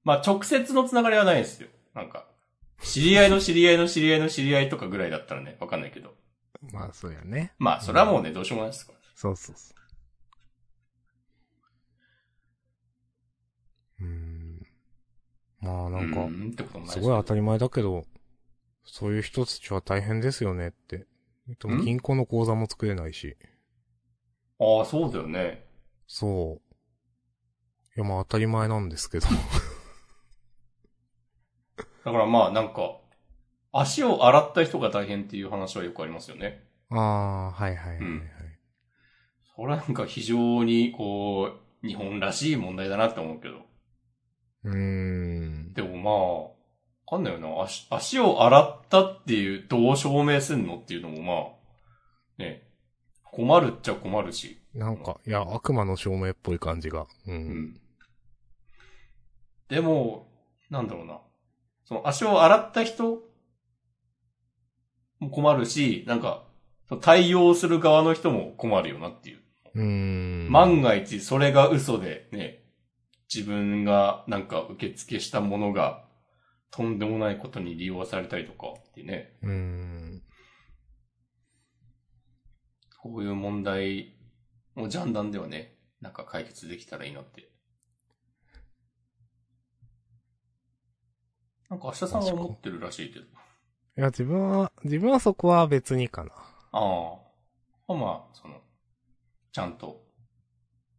[SPEAKER 2] まあ、直接のつながりはないですよ。なんか、知り合いの知り合いの知り合いの知り合いとかぐらいだったらね、わかんないけど。
[SPEAKER 1] う。まあ、そうやね。
[SPEAKER 2] まあ、それはもうね、どうしようもないですから。
[SPEAKER 1] そうそうそう。うーん。まあ、なん
[SPEAKER 2] う
[SPEAKER 1] か、
[SPEAKER 2] ーってこともない
[SPEAKER 1] す
[SPEAKER 2] ですけ
[SPEAKER 1] ごい
[SPEAKER 2] ど
[SPEAKER 1] 当たり前だけど、そういう人たちは大変ですよねって。でも
[SPEAKER 2] ん
[SPEAKER 1] 銀行の口座も作れないし。
[SPEAKER 2] ああ、そうだよね。
[SPEAKER 1] そう。いや、まあ当たり 前なんですけど。
[SPEAKER 2] だからまあ、なんか、足を洗った人が大変っていう話はよくありますよね。
[SPEAKER 1] ああ、はいはいはい、はい
[SPEAKER 2] うんそれはなんか非常にこう、日本らしい問題だなって思うけど。
[SPEAKER 1] うーん。
[SPEAKER 2] でもまあ、わかんないよな。足、足を洗ったっていう、どう証明すんのっていうのもまあ、ね、困るっちゃ困るし。
[SPEAKER 1] なんか、いや、悪魔の証明っぽい感じが。う。
[SPEAKER 2] うんん。でも、なんだろうな。その足を洗った人も困るし、なんか、その対応する側の人も困るよなっていう。
[SPEAKER 1] うーん。
[SPEAKER 2] 万が一それが嘘でね、自分がなんか受付したものがとんでもないことに利用されたりとかってね、
[SPEAKER 1] うーん。
[SPEAKER 2] こういう問題もジャンダンではね、なんか解決できたらいいなって。なんか明日さんは思ってるらしいけど。
[SPEAKER 1] いや、自分は、自分はそこは別にかな。
[SPEAKER 2] ああ。まあ、その、ちゃんと、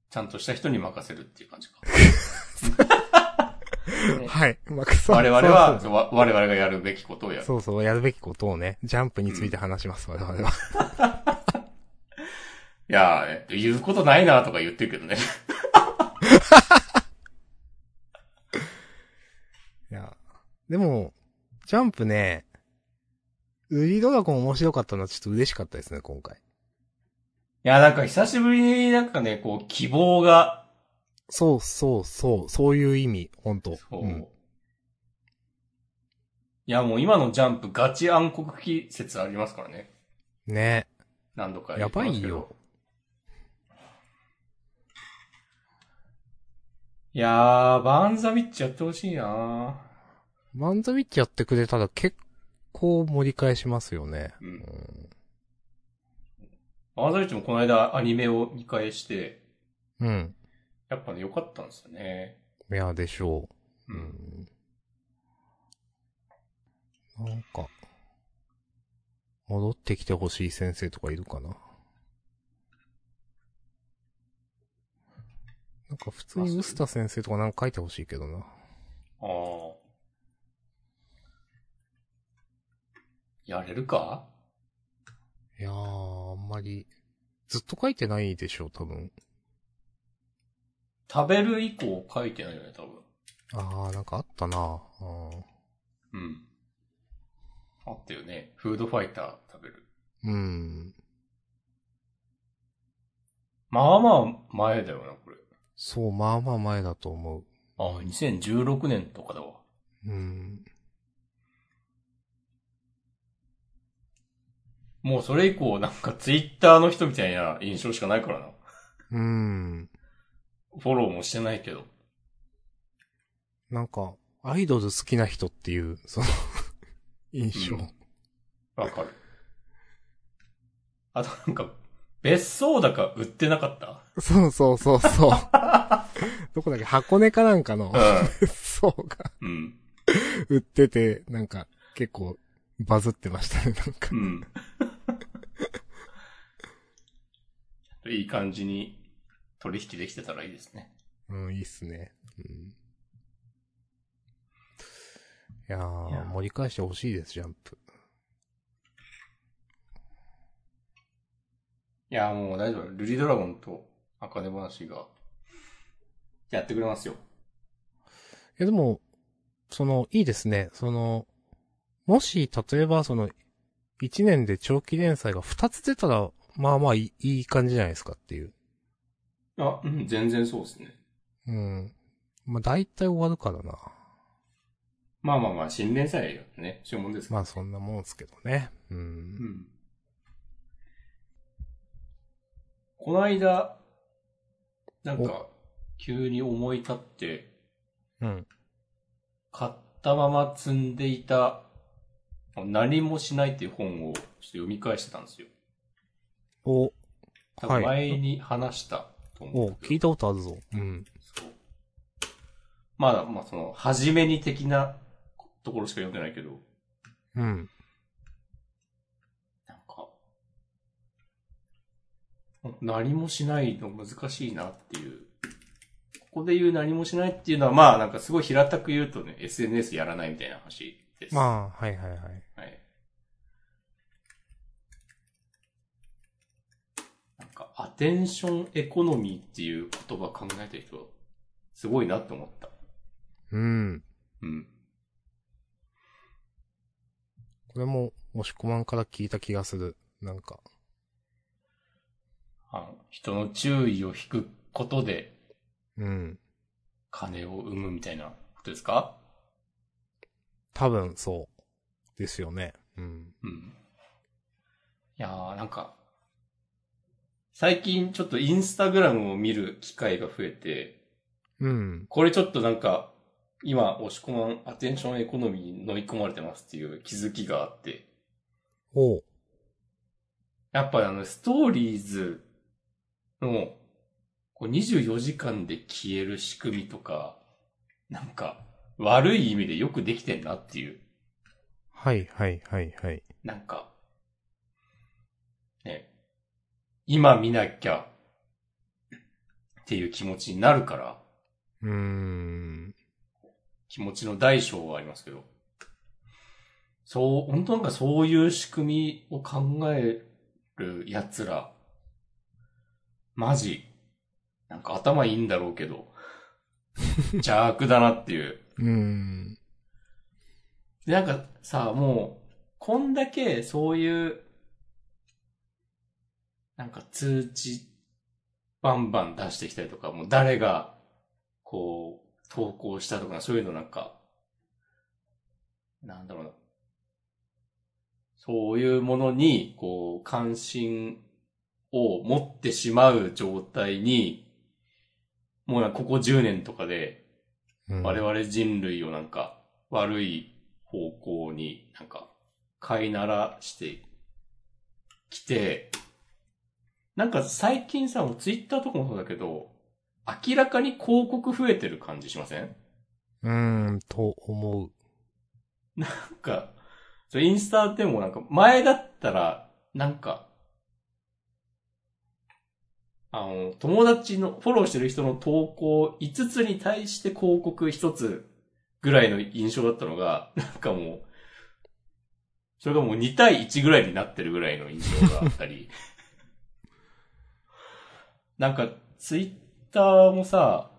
[SPEAKER 2] ちゃんとした人に任せるっていう感じか。 ね
[SPEAKER 1] はい。まあ、くそ
[SPEAKER 2] 我々は、
[SPEAKER 1] そう
[SPEAKER 2] わ我々がやるべきことをや
[SPEAKER 1] そう
[SPEAKER 2] る。
[SPEAKER 1] そうそう、やるべきことをね、ジャンプについて話します、我々は。
[SPEAKER 2] いやー、えっと言うことないなとか言ってるけどね。
[SPEAKER 1] いや。でも、ジャンプね、ウリドラゴン面白かったのはちょっと嬉しかったですね、今回。
[SPEAKER 2] いや、なんか久しぶりになんかね、こう、希望が、
[SPEAKER 1] そうそうそう、そういう意味、ほんと。
[SPEAKER 2] そう。
[SPEAKER 1] うん
[SPEAKER 2] いや、もう今のジャンプガチ暗黒期説ありますからね。
[SPEAKER 1] ね
[SPEAKER 2] 何度か
[SPEAKER 1] や
[SPEAKER 2] 言ってま
[SPEAKER 1] ば
[SPEAKER 2] す
[SPEAKER 1] い
[SPEAKER 2] けど
[SPEAKER 1] よ。。
[SPEAKER 2] いやー、バーンザビッチやってほしいな
[SPEAKER 1] マンザウィッチやってくれたら結構盛り返しますよね。
[SPEAKER 2] う。
[SPEAKER 1] うんん
[SPEAKER 2] バーンザビッチもこの間アニメを見返して、
[SPEAKER 1] うん。
[SPEAKER 2] やっぱね、良かったんですよね。
[SPEAKER 1] いや、でしょう。
[SPEAKER 2] うん
[SPEAKER 1] ん。なんか、戻ってきてほしい先生とかいるかななんか普通に臼田先生とかなんか書いてほしいけどな。
[SPEAKER 2] ああ。やれるか
[SPEAKER 1] いやー、あんまり、ずっと書いてないでしょう、多分。
[SPEAKER 2] 食べる以降書いてないよね、多分。
[SPEAKER 1] あー、なんかあったなうん
[SPEAKER 2] うん。あったよね。フードファイター食べる。
[SPEAKER 1] うん。
[SPEAKER 2] まあまあ前だよな、これ。
[SPEAKER 1] そう、まあまあ前だと思う。
[SPEAKER 2] あ、2016年とかだわ。
[SPEAKER 1] うん。
[SPEAKER 2] もうそれ以降、なんかツイッターの人みたいな印象しかないからな。
[SPEAKER 1] うん。
[SPEAKER 2] フォローもしてないけど。
[SPEAKER 1] なんか、アイドル好きな人っていう、その、 印象。
[SPEAKER 2] うんわかる。あとなんか、別荘だか売ってなかった
[SPEAKER 1] そうそうそう そう。どこだっけ箱根かなんかのそうが
[SPEAKER 2] うん。うん。
[SPEAKER 1] 売ってて、なんか結構バズってましたね、なんか
[SPEAKER 2] う。ん。 いい感じに取引できてたらいいですね。
[SPEAKER 1] うん、いいっすね。うん、いやー、
[SPEAKER 2] いやー
[SPEAKER 1] 盛り返してほしいです、ジャンプ。
[SPEAKER 2] いや、もう大丈夫。ルリドラゴンとアカネ話が、やってくれますよ。
[SPEAKER 1] いや、でも、その、いいですね。その、もし、例えば、その、1年で長期連載が2つ出たら、まあまあいいいい感じじゃないですかっていう。
[SPEAKER 2] あ、うん、全然そうですね。
[SPEAKER 1] うん。まあ大体終わるからな。
[SPEAKER 2] まあまあまあ、新連載やってね、そういうもんですから
[SPEAKER 1] まあそんなもんですけどね。う。
[SPEAKER 2] うんん。この間、なんか、急に思い立って、
[SPEAKER 1] うん。
[SPEAKER 2] 買ったまま積んでいた、何もしないっていう本をちょっと読み返してたんですよ。
[SPEAKER 1] お、
[SPEAKER 2] 多分
[SPEAKER 1] はい
[SPEAKER 2] 前に話したと思
[SPEAKER 1] お
[SPEAKER 2] う、んだけど。
[SPEAKER 1] 聞いたことあるぞ。うん。
[SPEAKER 2] そう。まだ、まあその、初めに的なところしか読んでないけど、
[SPEAKER 1] うん。
[SPEAKER 2] なんか、何もしないの難しいなっていう。ここで言う何もしないっていうのは、まあなんかすごい平たく言うとね、SNS やらないみたいな話です。
[SPEAKER 1] まあ、はいはいはい。
[SPEAKER 2] はいアテンションエコノミーっていう言葉考えた人、すごいなって思った。
[SPEAKER 1] うん。
[SPEAKER 2] うん。
[SPEAKER 1] これも、押し込まんから聞いた気がする。なんか。
[SPEAKER 2] あの、人の注意を引くことで
[SPEAKER 1] うん。
[SPEAKER 2] 金を生むみたいなことですか
[SPEAKER 1] 多分、そう。ですよね。うん。
[SPEAKER 2] うん。いやー、なんか、最近ちょっとインスタグラムを見る機会が増えて、
[SPEAKER 1] うん。
[SPEAKER 2] これちょっとなんか、今、押し込まん、アテンションエコノミーに乗り込まれてますっていう気づきがあって、
[SPEAKER 1] おう。
[SPEAKER 2] やっぱりあの、ストーリーズの、こう24時間で消える仕組みとか、なんか、悪い意味でよくできてんなっていう、
[SPEAKER 1] はいはいはいはい。
[SPEAKER 2] なんか、ね、今見なきゃ、っていう気持ちになるから、
[SPEAKER 1] うーん。
[SPEAKER 2] 気持ちの大小はありますけど。そう、本当なんかそういう仕組みを考える奴ら、マジ、なんか頭いいんだろうけど、邪悪だなっていう。
[SPEAKER 1] うーん。
[SPEAKER 2] で、なんかさ、もう、こんだけそういう、なんか通知バンバン出してきたりとか、もう誰が、こう、投稿したとか、そういうのなんか、なんだろうな。そういうものに、こう、関心を持ってしまう状態に、もうなんかここ10年とかで、
[SPEAKER 1] うん
[SPEAKER 2] 我。々人類をなんか悪い方向になんか飼いならしてきて、なんか最近さ、ツイッターとかもそうだけど、明らかに広告増えてる感じしません
[SPEAKER 1] うーん、と思う。
[SPEAKER 2] なんか、そうインスタでもなんか前だったら、なんか、あの、友達の、フォローしてる人の投稿5つに対して広告1つぐらいの印象だったのが、なんかもう、それがもう2対1ぐらいになってるぐらいの印象があったり。 なんか、ツイッターもさ、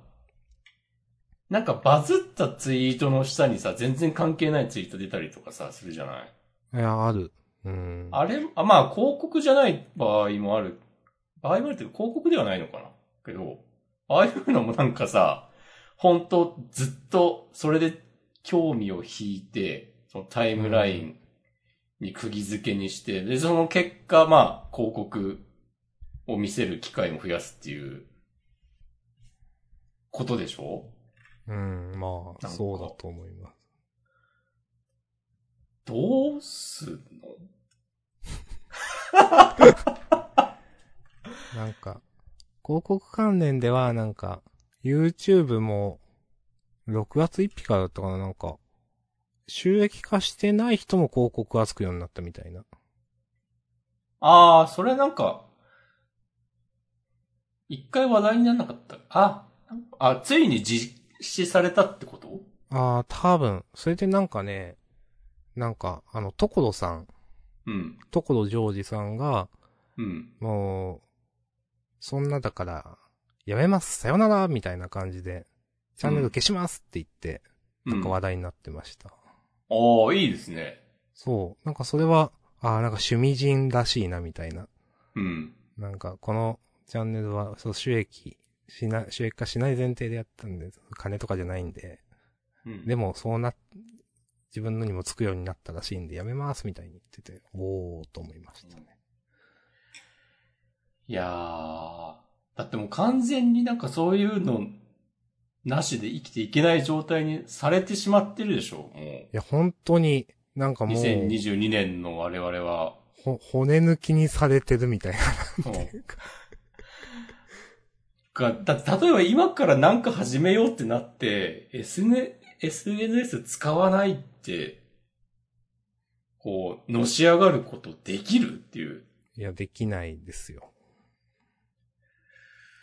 [SPEAKER 2] なんかバズったツイートの下にさ、全然関係ないツイート出たりとかさ、するじゃない
[SPEAKER 1] いや、ある。うん。
[SPEAKER 2] あれ、あまあ、広告じゃない場合もある。場合もあるっていうか広告ではないのかなけど、ああいうのもなんかさ、本当ずっとそれで興味を引いて、そのタイムラインに釘付けにして、で、その結果、まあ、広告を見せる機会も増やすっていう、ことでしょ
[SPEAKER 1] うん、まあ、
[SPEAKER 2] なんか
[SPEAKER 1] そうだと思います。
[SPEAKER 2] どうすんの
[SPEAKER 1] なんか、広告関連では、なんか、YouTube も、6月1日からだったかな、なんか、収益化してない人も広告がつくようになったみたいな。
[SPEAKER 2] ああ、それなんか、一回話題にならなかった。あ、なんかあ、ついに実施されたってこと
[SPEAKER 1] ああ、多分、それでなんかね、なんか、あの、所さん、
[SPEAKER 2] うん。
[SPEAKER 1] 所ジョージさんが、
[SPEAKER 2] うん。
[SPEAKER 1] もう、そんなだから、やめます、さよなら、みたいな感じで、チャンネル消しますって言って、なんか話題になってました。
[SPEAKER 2] ああ、いいですね。
[SPEAKER 1] そう。なんかそれは、ああ、なんか趣味人らしいな、みたいな。
[SPEAKER 2] うん。
[SPEAKER 1] なんか、このチャンネルは、そう、収益、しな、収益化しない前提でやったんで、金とかじゃないんで、
[SPEAKER 2] うん、
[SPEAKER 1] でも、そうな、自分のにもつくようになったらしいんで、やめます、みたいに言ってて、おー、と思いましたね。
[SPEAKER 2] いやー、だってもう完全になんかそういうの、なしで生きていけない状態にされてしまってるでしょ、も
[SPEAKER 1] いや、本当に、なんか
[SPEAKER 2] う。
[SPEAKER 1] もう、
[SPEAKER 2] 2022年の我々は。
[SPEAKER 1] ほ骨抜きにされてるみたいな。
[SPEAKER 2] そうが、だって例えば今からなんか始めようってなって、SN SNS 使わないって、こう、のし上がることできるっていう。
[SPEAKER 1] いや、できないですよ。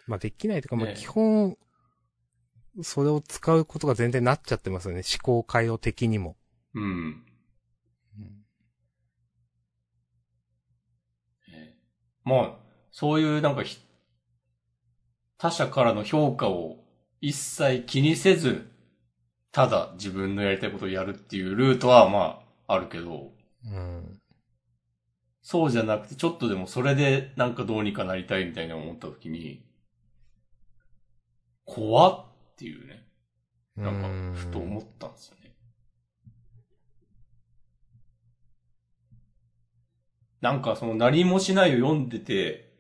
[SPEAKER 1] まあ、できないというか、まあ、
[SPEAKER 2] ねえ
[SPEAKER 1] 基本、それを使うことが前提になっちゃってますよね。思考回路的にも。
[SPEAKER 2] うん。まあ、そういうなんかひ、他者からの評価を一切気にせず、ただ自分のやりたいことをやるっていうルートはまああるけど、
[SPEAKER 1] うん。
[SPEAKER 2] そうじゃなくてちょっとでもそれでなんかどうにかなりたいみたいな思った時に、怖っていうね、なんかふと思ったんですよね。なんかその何もしないを読んでて、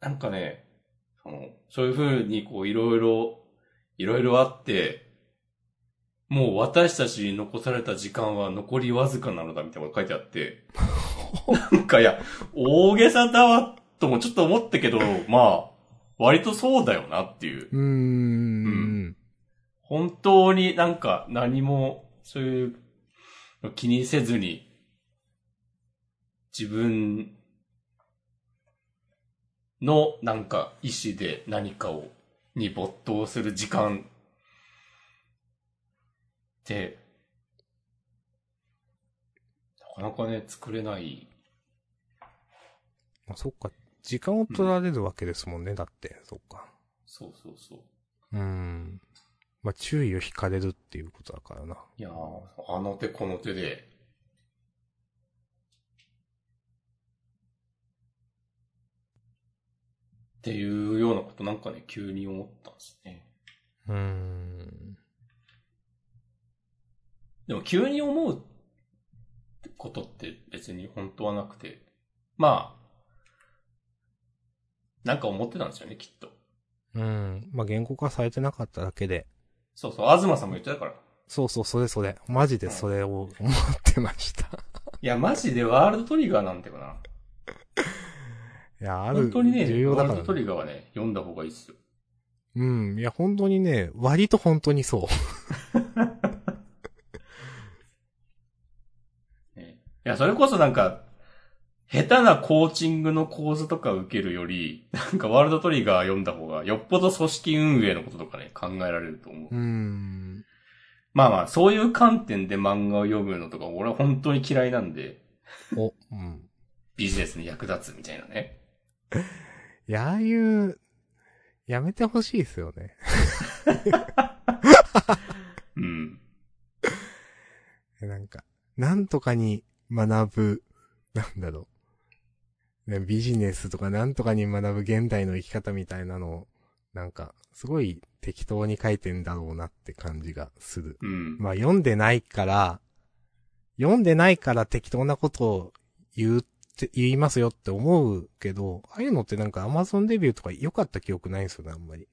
[SPEAKER 2] なんかね、そのそういう風にこういろいろ、いろいろあって、もう私たちに残された時間は残りわずかなのだみたいなこと書いてあって、なんかいや、大げさだわともちょっと思ったけど、まあ、割とそうだよなっていう。
[SPEAKER 1] うーん。
[SPEAKER 2] 本当になんか何もそういうの気にせずに自分のなんか意志で何かをに没頭する時間ってなかなかね作れない。
[SPEAKER 1] まあ、そっか。時間を取られるわけですもんね、だって。そっか。
[SPEAKER 2] そうそうそう。
[SPEAKER 1] うん。まあ、注意を引かれるっていうことだからな。
[SPEAKER 2] いやーあの手この手で。っていうようなことなんかね、急に思ったんですね。
[SPEAKER 1] うーん。
[SPEAKER 2] でも急に思うことって別に本当はなくて、まあ、なんか思ってたんですよね、きっと。
[SPEAKER 1] うん。まあ、言語化されてなかっただけで。
[SPEAKER 2] そうそう、東さんも言ってたから。
[SPEAKER 1] そうそう、それそれ。マジでそれを思ってました。
[SPEAKER 2] いや、マジでワールドトリガーなんてかな。
[SPEAKER 1] いや、ある、
[SPEAKER 2] 本当にね、
[SPEAKER 1] 重要だ
[SPEAKER 2] ワー
[SPEAKER 1] か
[SPEAKER 2] ルドト
[SPEAKER 1] ら、ね。
[SPEAKER 2] リガーはね、読んだ方がいいっすよ。
[SPEAKER 1] うん。いや、本当にね、割と本当にそう。
[SPEAKER 2] ねいや、それこそなんか、下手なコーチングの講座とか受けるより、なんかワールドトリガー読んだ方が、よっぽど組織運営のこととかね、考えられると思う。
[SPEAKER 1] うーん。
[SPEAKER 2] まあまあ、そういう観点で漫画を読むのとか、俺は本当に嫌いなんで、
[SPEAKER 1] お、うん。
[SPEAKER 2] ビジネスに役立つみたいなね。
[SPEAKER 1] いや、ああいう、やめてほしいですよね。
[SPEAKER 2] うん。
[SPEAKER 1] なんか、なんとかに学ぶ、なんだろう。ねビジネスとかなんとかに学ぶ現代の生き方みたいなのを、なんか、すごい適当に書いてんだろうなって感じがする。
[SPEAKER 2] うん。
[SPEAKER 1] まあ読んでないから、読んでないから適当なことを言うって、言いますよって思うけど、ああいうのってなんか Amazon デビューとか良かった記憶ないんですよね、あん まり。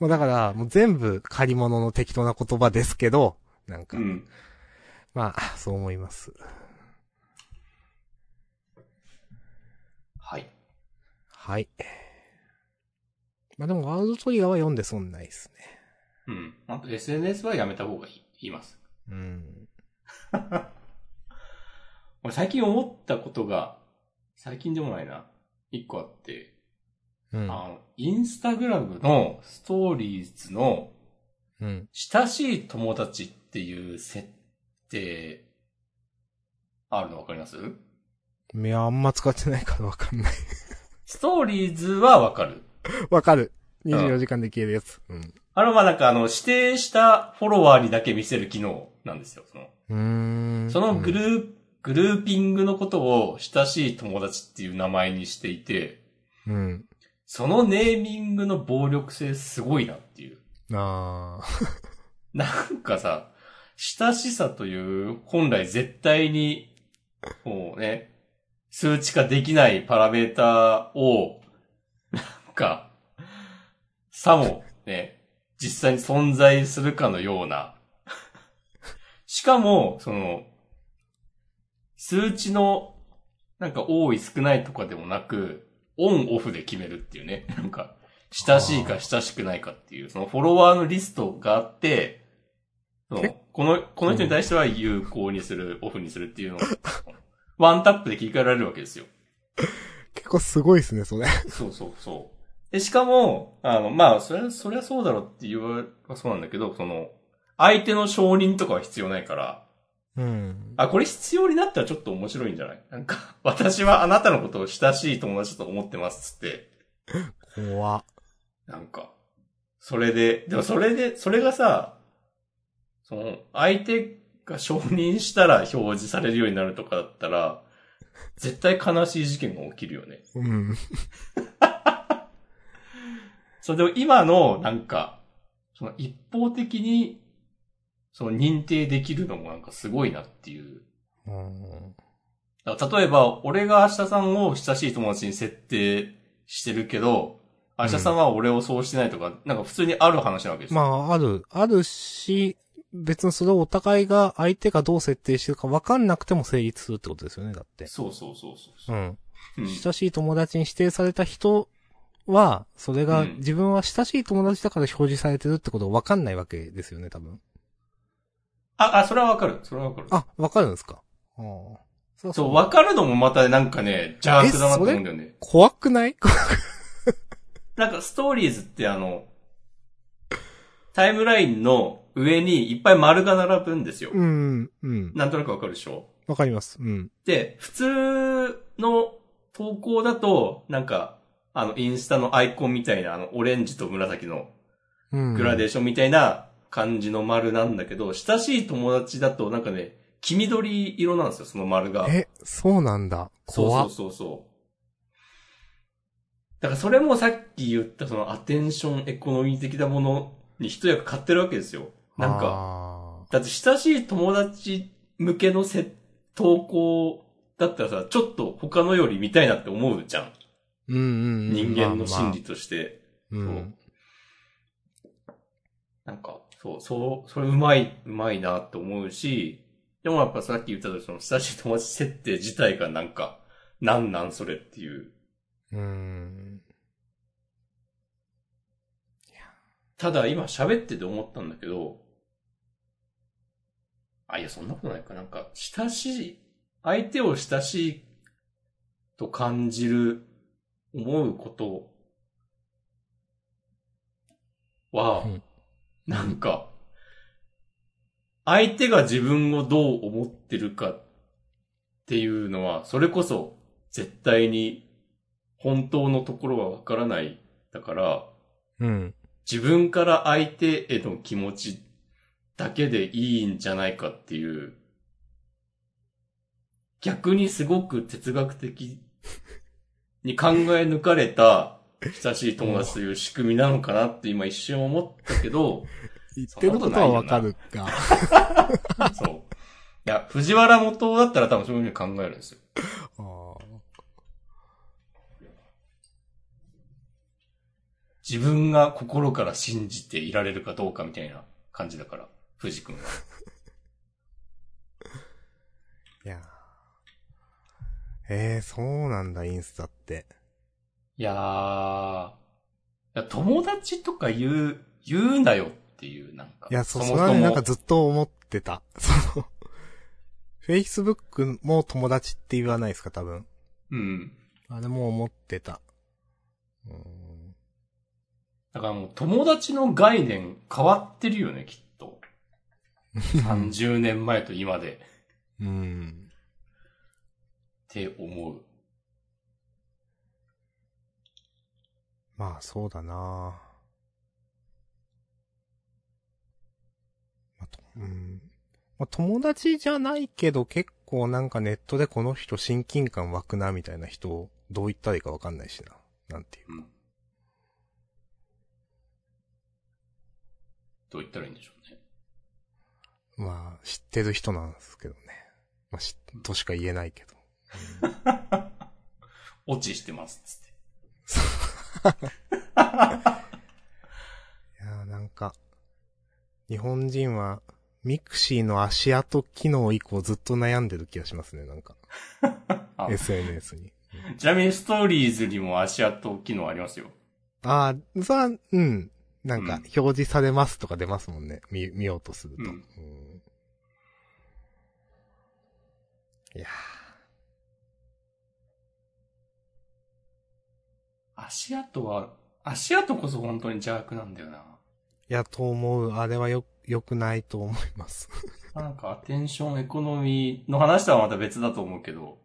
[SPEAKER 1] もうだから、もう全部借り物の適当な言葉ですけど、なん
[SPEAKER 2] う
[SPEAKER 1] か、
[SPEAKER 2] ん。
[SPEAKER 1] まあ、そう思います。
[SPEAKER 2] はい。
[SPEAKER 1] はい。まあでも、ワールドトリガーは読んで損ないですね。
[SPEAKER 2] うん。あと SNS はやめた方がいい、言います。
[SPEAKER 1] うん。
[SPEAKER 2] 俺最近思ったことが、最近でもないな。一個あって、
[SPEAKER 1] うん。
[SPEAKER 2] あの、インスタグラムのストーリーズの
[SPEAKER 1] うん。
[SPEAKER 2] 親しい友達っていう設定、あるのわかります
[SPEAKER 1] いや、あんま使ってないからわかんない。
[SPEAKER 2] ストーリーズはわかる。
[SPEAKER 1] わかる。24時間で消えるやつ。うん。
[SPEAKER 2] あれはまあなんかあの、指定したフォロワーにだけ見せる機能なんですよ。その、
[SPEAKER 1] うーん
[SPEAKER 2] そのグループ、グルーピングのことを親しい友達っていう名前にしていて、
[SPEAKER 1] うん。
[SPEAKER 2] そのネーミングの暴力性すごいなっていう。
[SPEAKER 1] ああ。
[SPEAKER 2] なんかさ、親しさという本来絶対に、もうね、数値化できないパラメーターを、なんか、さもね、実際に存在するかのような。しかも、その、数値の、なんか多い少ないとかでもなく、オンオフで決めるっていうね。なんか、親しいか親しくないかっていう、そのフォロワーのリストがあって、その
[SPEAKER 1] え
[SPEAKER 2] この、この人に対しては有効にする、オフにするっていう のを、ワンタップで切り替えられるわけですよ。
[SPEAKER 1] 結構すごいですね、それ。
[SPEAKER 2] そうそうそう。で、しかも、あの、まあ、そりゃ、そりゃそうだろうって言われ、そうなんだけど、その、相手の承認とかは必要ないから、
[SPEAKER 1] うん。
[SPEAKER 2] あ、これ必要になったらちょっと面白いんじゃないなんか、私はあなたのことを親しい友達だと思ってますっつって、
[SPEAKER 1] 怖っ
[SPEAKER 2] なんか、それで、でもそれで、それがさ、その、相手が承認したら表示されるようになるとかだったら、絶対悲しい事件が起きるよね。
[SPEAKER 1] うん。
[SPEAKER 2] それでも今の、なんか、その一方的に、その認定できるのもなんかすごいなっていう。
[SPEAKER 1] うん。
[SPEAKER 2] だから例えば、俺が明日さんを親しい友達に設定してるけど、明日さんは俺をそうしてないとか、なんか普通にある話なわけですよ。
[SPEAKER 1] まあ、ある、あるし、別にそれをお互いが相手がどう設定してるか分かんなくても成立するってことですよね、だって。
[SPEAKER 2] そうそうそうそうう。
[SPEAKER 1] ん。
[SPEAKER 2] うん
[SPEAKER 1] 親しい友達に指定された人は、それが
[SPEAKER 2] うん
[SPEAKER 1] 自分は親しい友達だから表示されてるってこと分かんないわけですよね、多分。
[SPEAKER 2] あ、あ、それはわかる。それはわかる。
[SPEAKER 1] あ、分かるんですかああ。そ
[SPEAKER 2] そう、わかるのもまたなんかね、邪悪だなと思うんだよね。
[SPEAKER 1] 怖くない
[SPEAKER 2] なんかストーリーズってあの、タイムラインの上にいっぱい丸が並ぶんですよ。
[SPEAKER 1] うん、うん。
[SPEAKER 2] なんとなくわかるでしょ
[SPEAKER 1] わかります。うん。
[SPEAKER 2] で、普通の投稿だと、なんか、あの、インスタのアイコンみたいな、あの、オレンジと紫の
[SPEAKER 1] うん。
[SPEAKER 2] グラデーションみたいな感じの丸なんだけど、親しい友達だと、なんかね、黄緑色なんですよ、その丸が。
[SPEAKER 1] え、そうなんだ。怖
[SPEAKER 2] そうそうそうそう。だからそれもさっき言ったそのアテンションエコノミー的なものに一役買ってるわけですよ。なんか、
[SPEAKER 1] か。
[SPEAKER 2] だって親しい友達向けのせ投稿だったらさ、ちょっと他のより見たいなって思うじゃん。
[SPEAKER 1] うんうんうん。
[SPEAKER 2] 人間の心
[SPEAKER 1] 理。
[SPEAKER 2] 理として。
[SPEAKER 1] まあまあう
[SPEAKER 2] そう
[SPEAKER 1] ん。
[SPEAKER 2] なんか、そう、そう、それうまい、うまいなって思うし、でもやっぱさっき言ったとおりその親しい友達設定自体がなんか、なんなんそれっていう。
[SPEAKER 1] うーん。
[SPEAKER 2] ただ今喋ってて思ったんだけど、あ、いや、そんなことないか。なんか、親しい、相手を親しいと感じる、思うことは
[SPEAKER 1] うん、
[SPEAKER 2] なんか、相手が自分をどう思ってるかっていうのは、それこそ絶対に本当のところはわからない。だから、
[SPEAKER 1] うん。
[SPEAKER 2] 自分から相手への気持ちだけでいいんじゃないかっていう、逆にすごく哲学的に考え抜かれた親しい友達という仕組みなのかなって今一瞬思ったけど、
[SPEAKER 1] 言ってることはわか るが。
[SPEAKER 2] そう。いや、藤原元だったら多分そういうふうに考えるんですよ。
[SPEAKER 1] あー
[SPEAKER 2] 自分が心から信じていられるかどうかみたいな感じだから、藤君は。
[SPEAKER 1] いやー。えー、そうなんだ、インスタって。
[SPEAKER 2] いやー、いや友達とか言う、言うなよっていう、なんか。
[SPEAKER 1] いや、そう、
[SPEAKER 2] も
[SPEAKER 1] そ
[SPEAKER 2] も
[SPEAKER 1] れはね、なんかずっと思ってた。 その、Facebook も友達って言わないですか、多分。
[SPEAKER 2] うん。
[SPEAKER 1] あれも思ってた。うーん。
[SPEAKER 2] だからもう友達の概念変わってるよね、きっ と。30年前と今で。
[SPEAKER 1] うん。
[SPEAKER 2] って思う。
[SPEAKER 1] まあ、そうだなまあとうん。まあ、友達じゃないけど、結構なんかネットでこの人親近感湧くな、みたいな人をどう言ったらいいかわかんないしな。なんていう。
[SPEAKER 2] うん。どう言ったらいいんでしょうね。
[SPEAKER 1] まあ、知ってる人なんですけどね。まあ、知としか言えないけど。
[SPEAKER 2] 落ちしてます、つって。
[SPEAKER 1] いやーなんか、日本人は、ミクシーの足跡機能以降ずっと悩んでる気がしますね、なんか。
[SPEAKER 2] あ
[SPEAKER 1] SNS に。
[SPEAKER 2] ちなみにストーリーズにも足跡機能ありますよ。
[SPEAKER 1] ああ、そら、うん。なん
[SPEAKER 2] う
[SPEAKER 1] か
[SPEAKER 2] ん、
[SPEAKER 1] 表示されますとか出ますもんね。見、見ようとすると。
[SPEAKER 2] うん
[SPEAKER 1] うんいや
[SPEAKER 2] 足跡は、足跡こそ本当に邪悪なんだよな。
[SPEAKER 1] ーいや、と思う。あれはよ良くないと思います。
[SPEAKER 2] なんか、アテンションエコノミーの話とはまた別だと思うけど、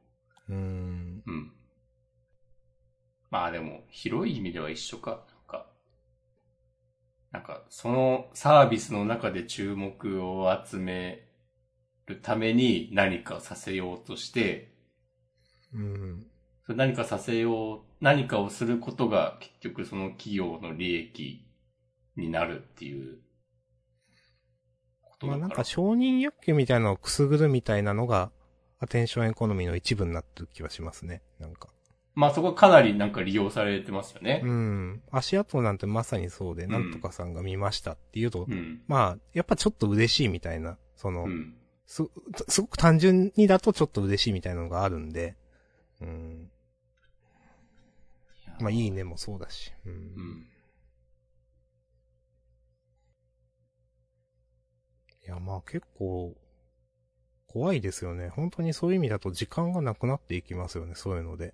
[SPEAKER 1] うーん。
[SPEAKER 2] うん。まあでも、広い意味では一緒か。なんか、なんか、そのサービスの中で注目を集めるために何かさせようとして、
[SPEAKER 1] うん。
[SPEAKER 2] それ何かさせよう、何かをすることが結局その企業の利益になるっていうことだ
[SPEAKER 1] まあ
[SPEAKER 2] から。
[SPEAKER 1] なんか承認欲求みたいなのをくすぐるみたいなのが、アテンションエコノミーの一部になってる気はしますね。なんか。
[SPEAKER 2] まあそこはかなりなんか利用されてますよね
[SPEAKER 1] う。ん。足跡なんてまさにそうで、
[SPEAKER 2] ん
[SPEAKER 1] なんとかさんが見ましたっていうと、
[SPEAKER 2] うん。
[SPEAKER 1] まあ、やっぱちょっと嬉しいみたいな、その、
[SPEAKER 2] うん。
[SPEAKER 1] す、すごく単純にだとちょっと嬉しいみたいなのがあるんで、うん。まあ、いいねもそうだし、うん。
[SPEAKER 2] うん。
[SPEAKER 1] いや、まあ結構、怖いですよね。本当にそういう意味だと時間がなくなっていきますよね、そういうので。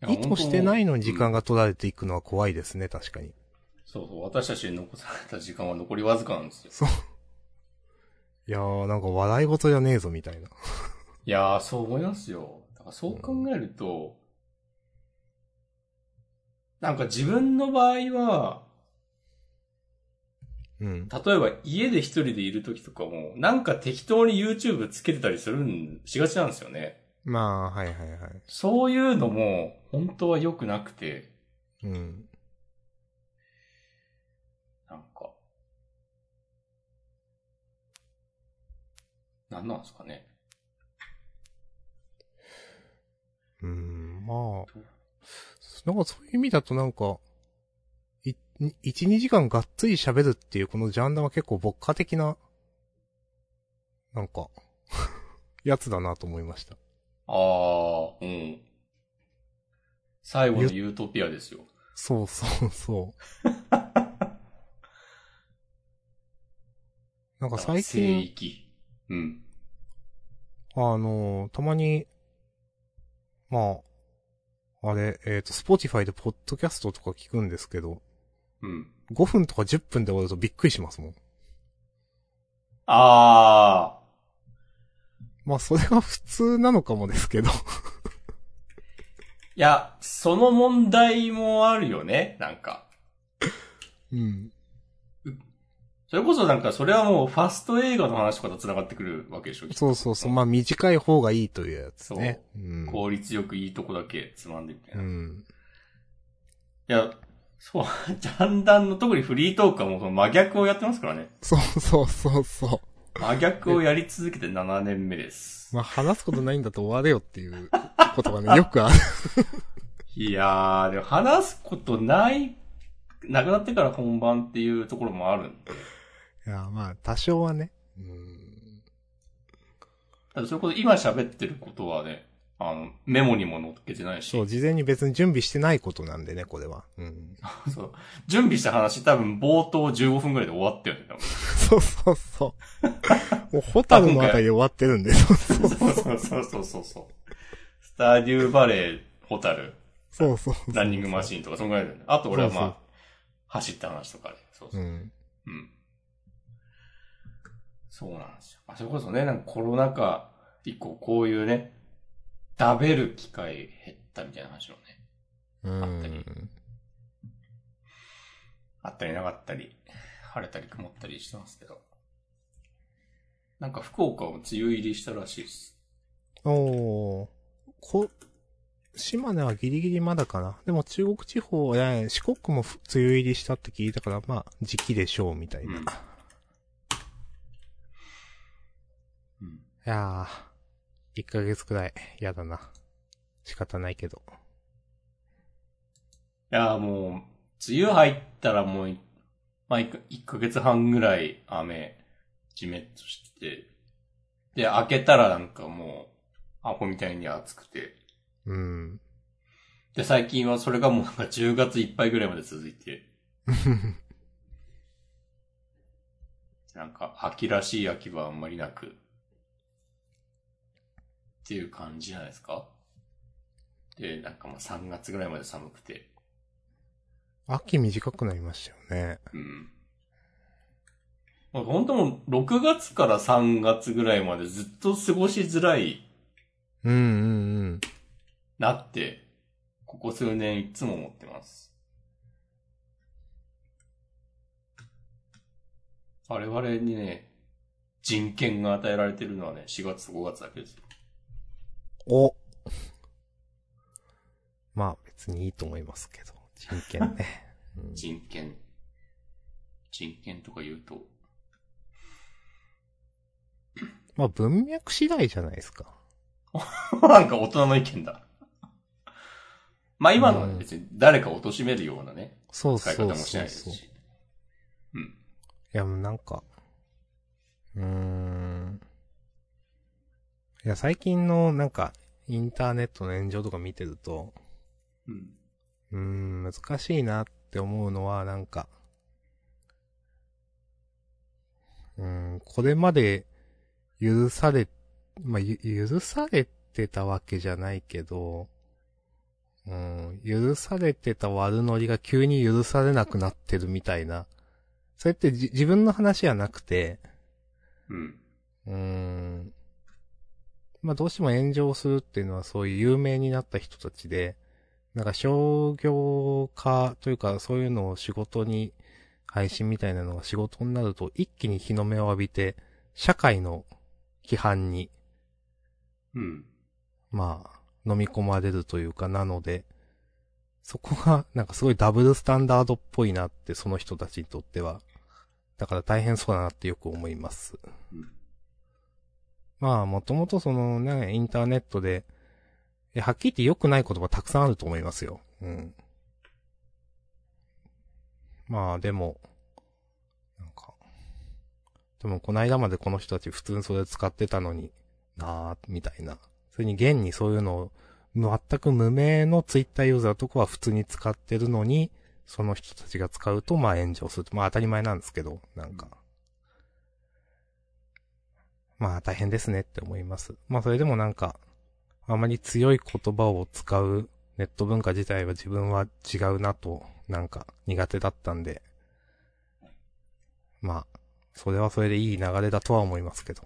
[SPEAKER 2] や
[SPEAKER 1] 意図してないのに時間
[SPEAKER 2] うん
[SPEAKER 1] が取られていくのは怖いですね、確かに。
[SPEAKER 2] そうそう、私たちに残された時間は残りわずかなんですよ。
[SPEAKER 1] そう。いやー、なんか笑い事じゃねえぞ、みたいな。
[SPEAKER 2] いやー、そう思いますよ。だからそう考えると、なんか自分の場合は、
[SPEAKER 1] うん。
[SPEAKER 2] 例えば家で一人でいる時とかも、なんか適当に YouTube つけてたりするん、しがちなんですよね。
[SPEAKER 1] まあ、はいはいはい。
[SPEAKER 2] そういうのも、本当は良くなくて、
[SPEAKER 1] うん。
[SPEAKER 2] なんか、なんなんですかね。
[SPEAKER 1] うん、まあ。なんかそういう意味だとなんか、い、1、2時間がっつり喋るっていうこのジャンダは結構牧歌的な、なんか、 やつだなと思いました。
[SPEAKER 2] ああ、うん。最後のユートピアですよ。
[SPEAKER 1] そうそうそう。なんか最
[SPEAKER 2] 聖
[SPEAKER 1] 近、
[SPEAKER 2] 域。うん。
[SPEAKER 1] あの、たまに、まあ、あれ、えっ、と、スポティファイでポッドキャストとか聞くんですけど、
[SPEAKER 2] うん。
[SPEAKER 1] 5分とか10分で終わるとびっくりしますもん。
[SPEAKER 2] あ
[SPEAKER 1] まあ、それが普通なのかもですけど。
[SPEAKER 2] ー。いや、その問題もあるよね、なんか。
[SPEAKER 1] うん。
[SPEAKER 2] それこそなんか、それはもうファスト映画の話とかと繋がってくるわけでしょ。
[SPEAKER 1] そうそうそう。まあ、短い方がいいというやつね。うん。
[SPEAKER 2] 効率よくいいとこだけつまんでみたいうな。い
[SPEAKER 1] ん。
[SPEAKER 2] や、そう、 ジャンダンの特にフリートークはもうその真逆をやってますからね。
[SPEAKER 1] そうそうそうそ
[SPEAKER 2] 真逆をやり続けて7年目です
[SPEAKER 1] う。。まあ、話すことないんだと終われよって いうことがね、よくある。
[SPEAKER 2] いやー、でも話すことない、なくなってから本番っていうところもあるんで。
[SPEAKER 1] いや、まあ、多少はね。うん。
[SPEAKER 2] ただそれこそ今喋ってることはね、あの、メモにも載っけてないし。
[SPEAKER 1] そう、事前に別に準備してないことなんでね、これは。うん。
[SPEAKER 2] そう。準備した話多分冒頭15分ぐらいで終わったよね、多
[SPEAKER 1] そうそう そう。もう、ホタルのあたりで終わってるんで。そうそう
[SPEAKER 2] 分。そうそうそうそうそう。スターデューバレー、ホタル、
[SPEAKER 1] そうそう。
[SPEAKER 2] ランニングマシーンとか、そんぐらいだよね。あと俺はまあ、
[SPEAKER 1] そうそう
[SPEAKER 2] 走った話とかで。そうそうう。
[SPEAKER 1] ん。
[SPEAKER 2] うん。そうなんですよ。まあ、それこそね、なんかコロナ禍以降、こういうね、食べる機会減ったみたいな話もね、
[SPEAKER 1] う
[SPEAKER 2] あったり
[SPEAKER 1] ん。
[SPEAKER 2] あったりなかったり、晴れたり曇ったりしてますけど。なんか福岡も梅雨入りしたらしいです。
[SPEAKER 1] おー。こ、島根はギリギリまだかな。でも中国地方や四国もふ梅雨入りしたって聞いたから、まあ、時期でしょう、みたいな。
[SPEAKER 2] うん
[SPEAKER 1] い
[SPEAKER 2] うん。
[SPEAKER 1] やー、1ヶ月くらい、やだな。仕方ないけど。
[SPEAKER 2] いやーもう、梅雨入ったらもうい、まあ、1, ヶ月半ぐらい雨、じめっとしてて、で、開けたらなんかもう、アホみたいに暑くて、
[SPEAKER 1] うん。
[SPEAKER 2] で、最近はそれがもうなんか10月いっぱいぐらいまで続いて、なんか秋らしい秋はあんまりなく、っていう感じじゃないですかで、なんかまあ3月ぐらいまで寒くて、
[SPEAKER 1] 秋短くなりましたよね。
[SPEAKER 2] うん。まあ本当もう6月から3月ぐらいまでずっと過ごしづらい
[SPEAKER 1] うんうんうん。
[SPEAKER 2] なって、ここ数年いつも思ってます。我々にね、人権が与えられてるのはね、4月と5月だけですよ。
[SPEAKER 1] おまあ別にいいと思いますけど。人権ね。 うん
[SPEAKER 2] 人権。人権とか言うと。
[SPEAKER 1] まあ文脈次第じゃないですか。
[SPEAKER 2] なんか大人の意見だ。 まあ今のは別に誰かを貶めるようなね、
[SPEAKER 1] そう
[SPEAKER 2] 使い
[SPEAKER 1] そ
[SPEAKER 2] 方
[SPEAKER 1] う
[SPEAKER 2] もし
[SPEAKER 1] そ
[SPEAKER 2] ないうです
[SPEAKER 1] そう。
[SPEAKER 2] し。うん。
[SPEAKER 1] いや、もうなんか、うーん。いや、最近のなんか、インターネットの炎上とか見てると、
[SPEAKER 2] うん。
[SPEAKER 1] うーん、難しいなって思うのは、なんか、うーん、これまで許され、まあ、ゆ許されてたわけじゃないけど、うん、許されてた悪ノリが急に許されなくなってるみたいな。それってじ自分の話じゃなくて、
[SPEAKER 2] うん。
[SPEAKER 1] うーん。まあ、どうしても炎上するっていうのはそういう有名になった人たちで、なんか商業化というかそういうのを仕事に、配信みたいなのが仕事になると一気に日の目を浴びて、社会の批判に、
[SPEAKER 2] うん。
[SPEAKER 1] まあ、飲み込まれるというかなので、そこがなんかすごいダブルスタンダードっぽいなってその人たちにとっては。だから大変そうだなってよく思います。
[SPEAKER 2] うん
[SPEAKER 1] まあ、もともとそのね、インターネットで、いやはっきり言って良くない言葉たくさんあると思いますよ。うん。まあ、でも、なんか、でもこの間までこの人たち普通にそれ使ってたのになぁ、みたいな。それに現にそういうのを、全く無名のツイッターユーザーとかは普通に使ってるのに、その人たちが使うと、まあ炎上すると。まあ当たり前なんですけど、なんか。まあ大変ですねって思います。まあそれでもなんか、あまり強い言葉を使うネット文化自体は自分は違うなと、なんか苦手だったんで。まあ、それはそれでいい流れだとは思いますけど。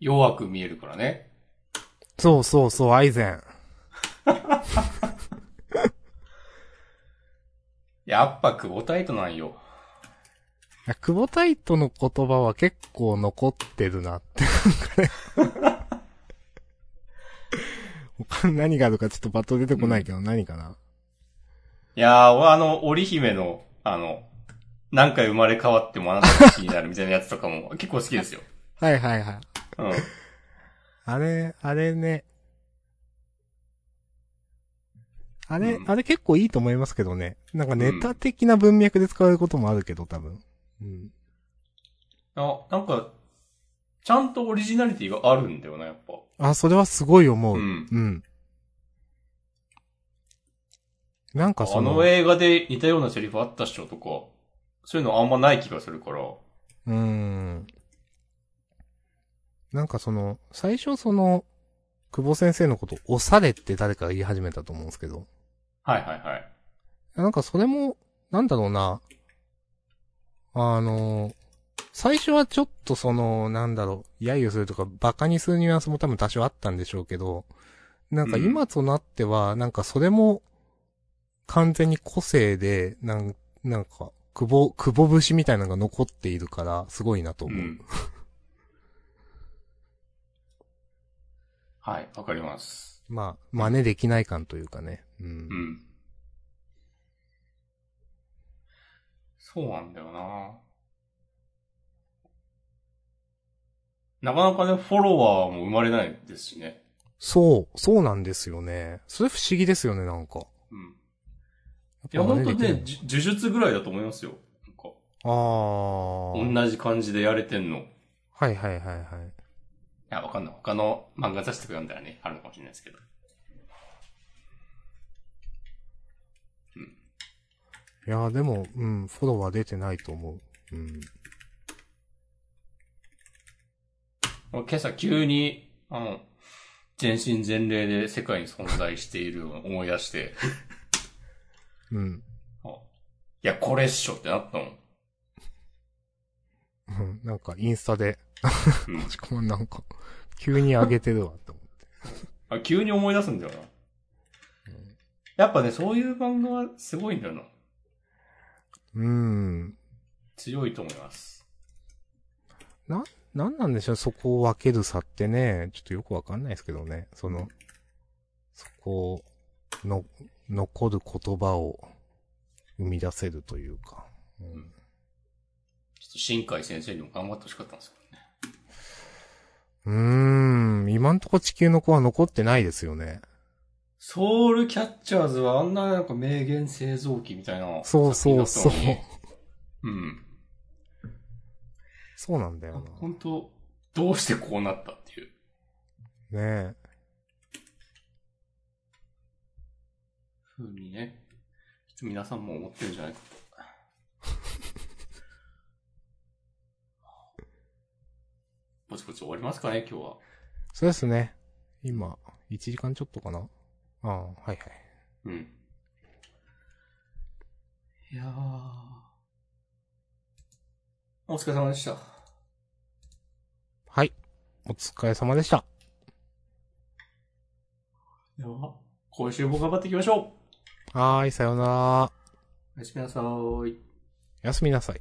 [SPEAKER 2] 弱く見えるからね。
[SPEAKER 1] そうそうそう、アイゼン。
[SPEAKER 2] やっぱ久保タイトなんよ。
[SPEAKER 1] いや久保タイトの言葉は結構残ってるなって、 なんかね。他に何があるかちょっとパッと出てこないけど、何かな。
[SPEAKER 2] いやー、俺あの、織姫の、あの、何回生まれ変わってもあなたが好きになるみたいなやつとかも 結構好きですよ。
[SPEAKER 1] はいはいはい。
[SPEAKER 2] うん。
[SPEAKER 1] あれ、あれね。あれ、
[SPEAKER 2] うん
[SPEAKER 1] あれ結構いいと思いますけどね。なんかネタ的な文脈で使われることもあるけど、多分。うん。
[SPEAKER 2] あ、なんか、ちゃんとオリジナリティがあるんだよな、やっぱ。
[SPEAKER 1] あ、それはすごい思う。
[SPEAKER 2] うん
[SPEAKER 1] うん。なんか
[SPEAKER 2] あ
[SPEAKER 1] その、
[SPEAKER 2] の映画で似たようなセリフあったっしょとか、そういうのあんまない気がするから。
[SPEAKER 1] うーん。なんかその、最初その、久保先生のこと、押されって誰かが言い始めたと思うんですけど。
[SPEAKER 2] はいはいはい。
[SPEAKER 1] なんかそれも、なんだろうな。あの、最初はちょっとその、なんだろう、揶揄するとか、馬鹿にするニュアンスも多分多少あったんでしょうけど、なんか今となっては、なんかそれも、完全に個性で、なん、なんか、久保、久保節みたいなのが残っているから、すごいなと
[SPEAKER 2] う
[SPEAKER 1] 思う。
[SPEAKER 2] ん。はい、わかります。
[SPEAKER 1] まあ、真似できない感というかね。う。
[SPEAKER 2] うんん。そうなんだよな。なかなかね、フォロワーも生まれないですしね。
[SPEAKER 1] そう、そうなんですよね。それ不思議ですよね、なんか。
[SPEAKER 2] うん。い
[SPEAKER 1] やっ
[SPEAKER 2] や、
[SPEAKER 1] ぱ
[SPEAKER 2] 本
[SPEAKER 1] 真
[SPEAKER 2] 当
[SPEAKER 1] 似できない
[SPEAKER 2] ね、じ呪術ぐらいだと思いますよ。なんか、
[SPEAKER 1] あー。
[SPEAKER 2] 同じ感じでやれてんの。い
[SPEAKER 1] はいはいはいはい。
[SPEAKER 2] や、わかんない。他の漫画雑誌とか読んだらね、あるのかもしれないですけど。
[SPEAKER 1] いやーでも、うん、フォロワー出てないと思う。うん。
[SPEAKER 2] 俺今朝急に、あの、全身全霊で世界に存在しているのを思い出して、
[SPEAKER 1] うん。
[SPEAKER 2] あいや、これっしょってなったもん。
[SPEAKER 1] うん、なんかインスタで、
[SPEAKER 2] うん
[SPEAKER 1] もしくもなんか、急に上げてるわって思っ
[SPEAKER 2] あ、急に思い出すんだよな。やっぱね、そういう漫画はすごいんだよな。
[SPEAKER 1] て。うん。
[SPEAKER 2] 強いと思います。
[SPEAKER 1] なんなんでしょう、そこを分ける差ってね、ちょっとよくわかんないですけどね。その、そこの、残る言葉を生み出せるというか。うん
[SPEAKER 2] ちょっと新海先生にも頑張ってほしかったんですけどね。
[SPEAKER 1] うーん、今んとこ地球の子は残ってないですよね。
[SPEAKER 2] ソウルキャッチャーズはあんななんか名言製造機みたいな。
[SPEAKER 1] そうそうそう
[SPEAKER 2] 作品だったのにうん。
[SPEAKER 1] そうなんだよ
[SPEAKER 2] 本当どうしてこうなったっていう。
[SPEAKER 1] な。ね
[SPEAKER 2] ふうにね、きっと皆さんも思ってるんじゃないかと。ぼちぼち終わりますかね、今日は。
[SPEAKER 1] え。そうですね。今、1時間ちょっとかな。ああ、はいはい。
[SPEAKER 2] うん。いやー。お疲れ様でした。
[SPEAKER 1] はい。お疲れ様でした。
[SPEAKER 2] では、今週も頑張っていきましょう
[SPEAKER 1] はーい、さようなら。
[SPEAKER 2] おやすみなさーい。
[SPEAKER 1] おやすみなさい。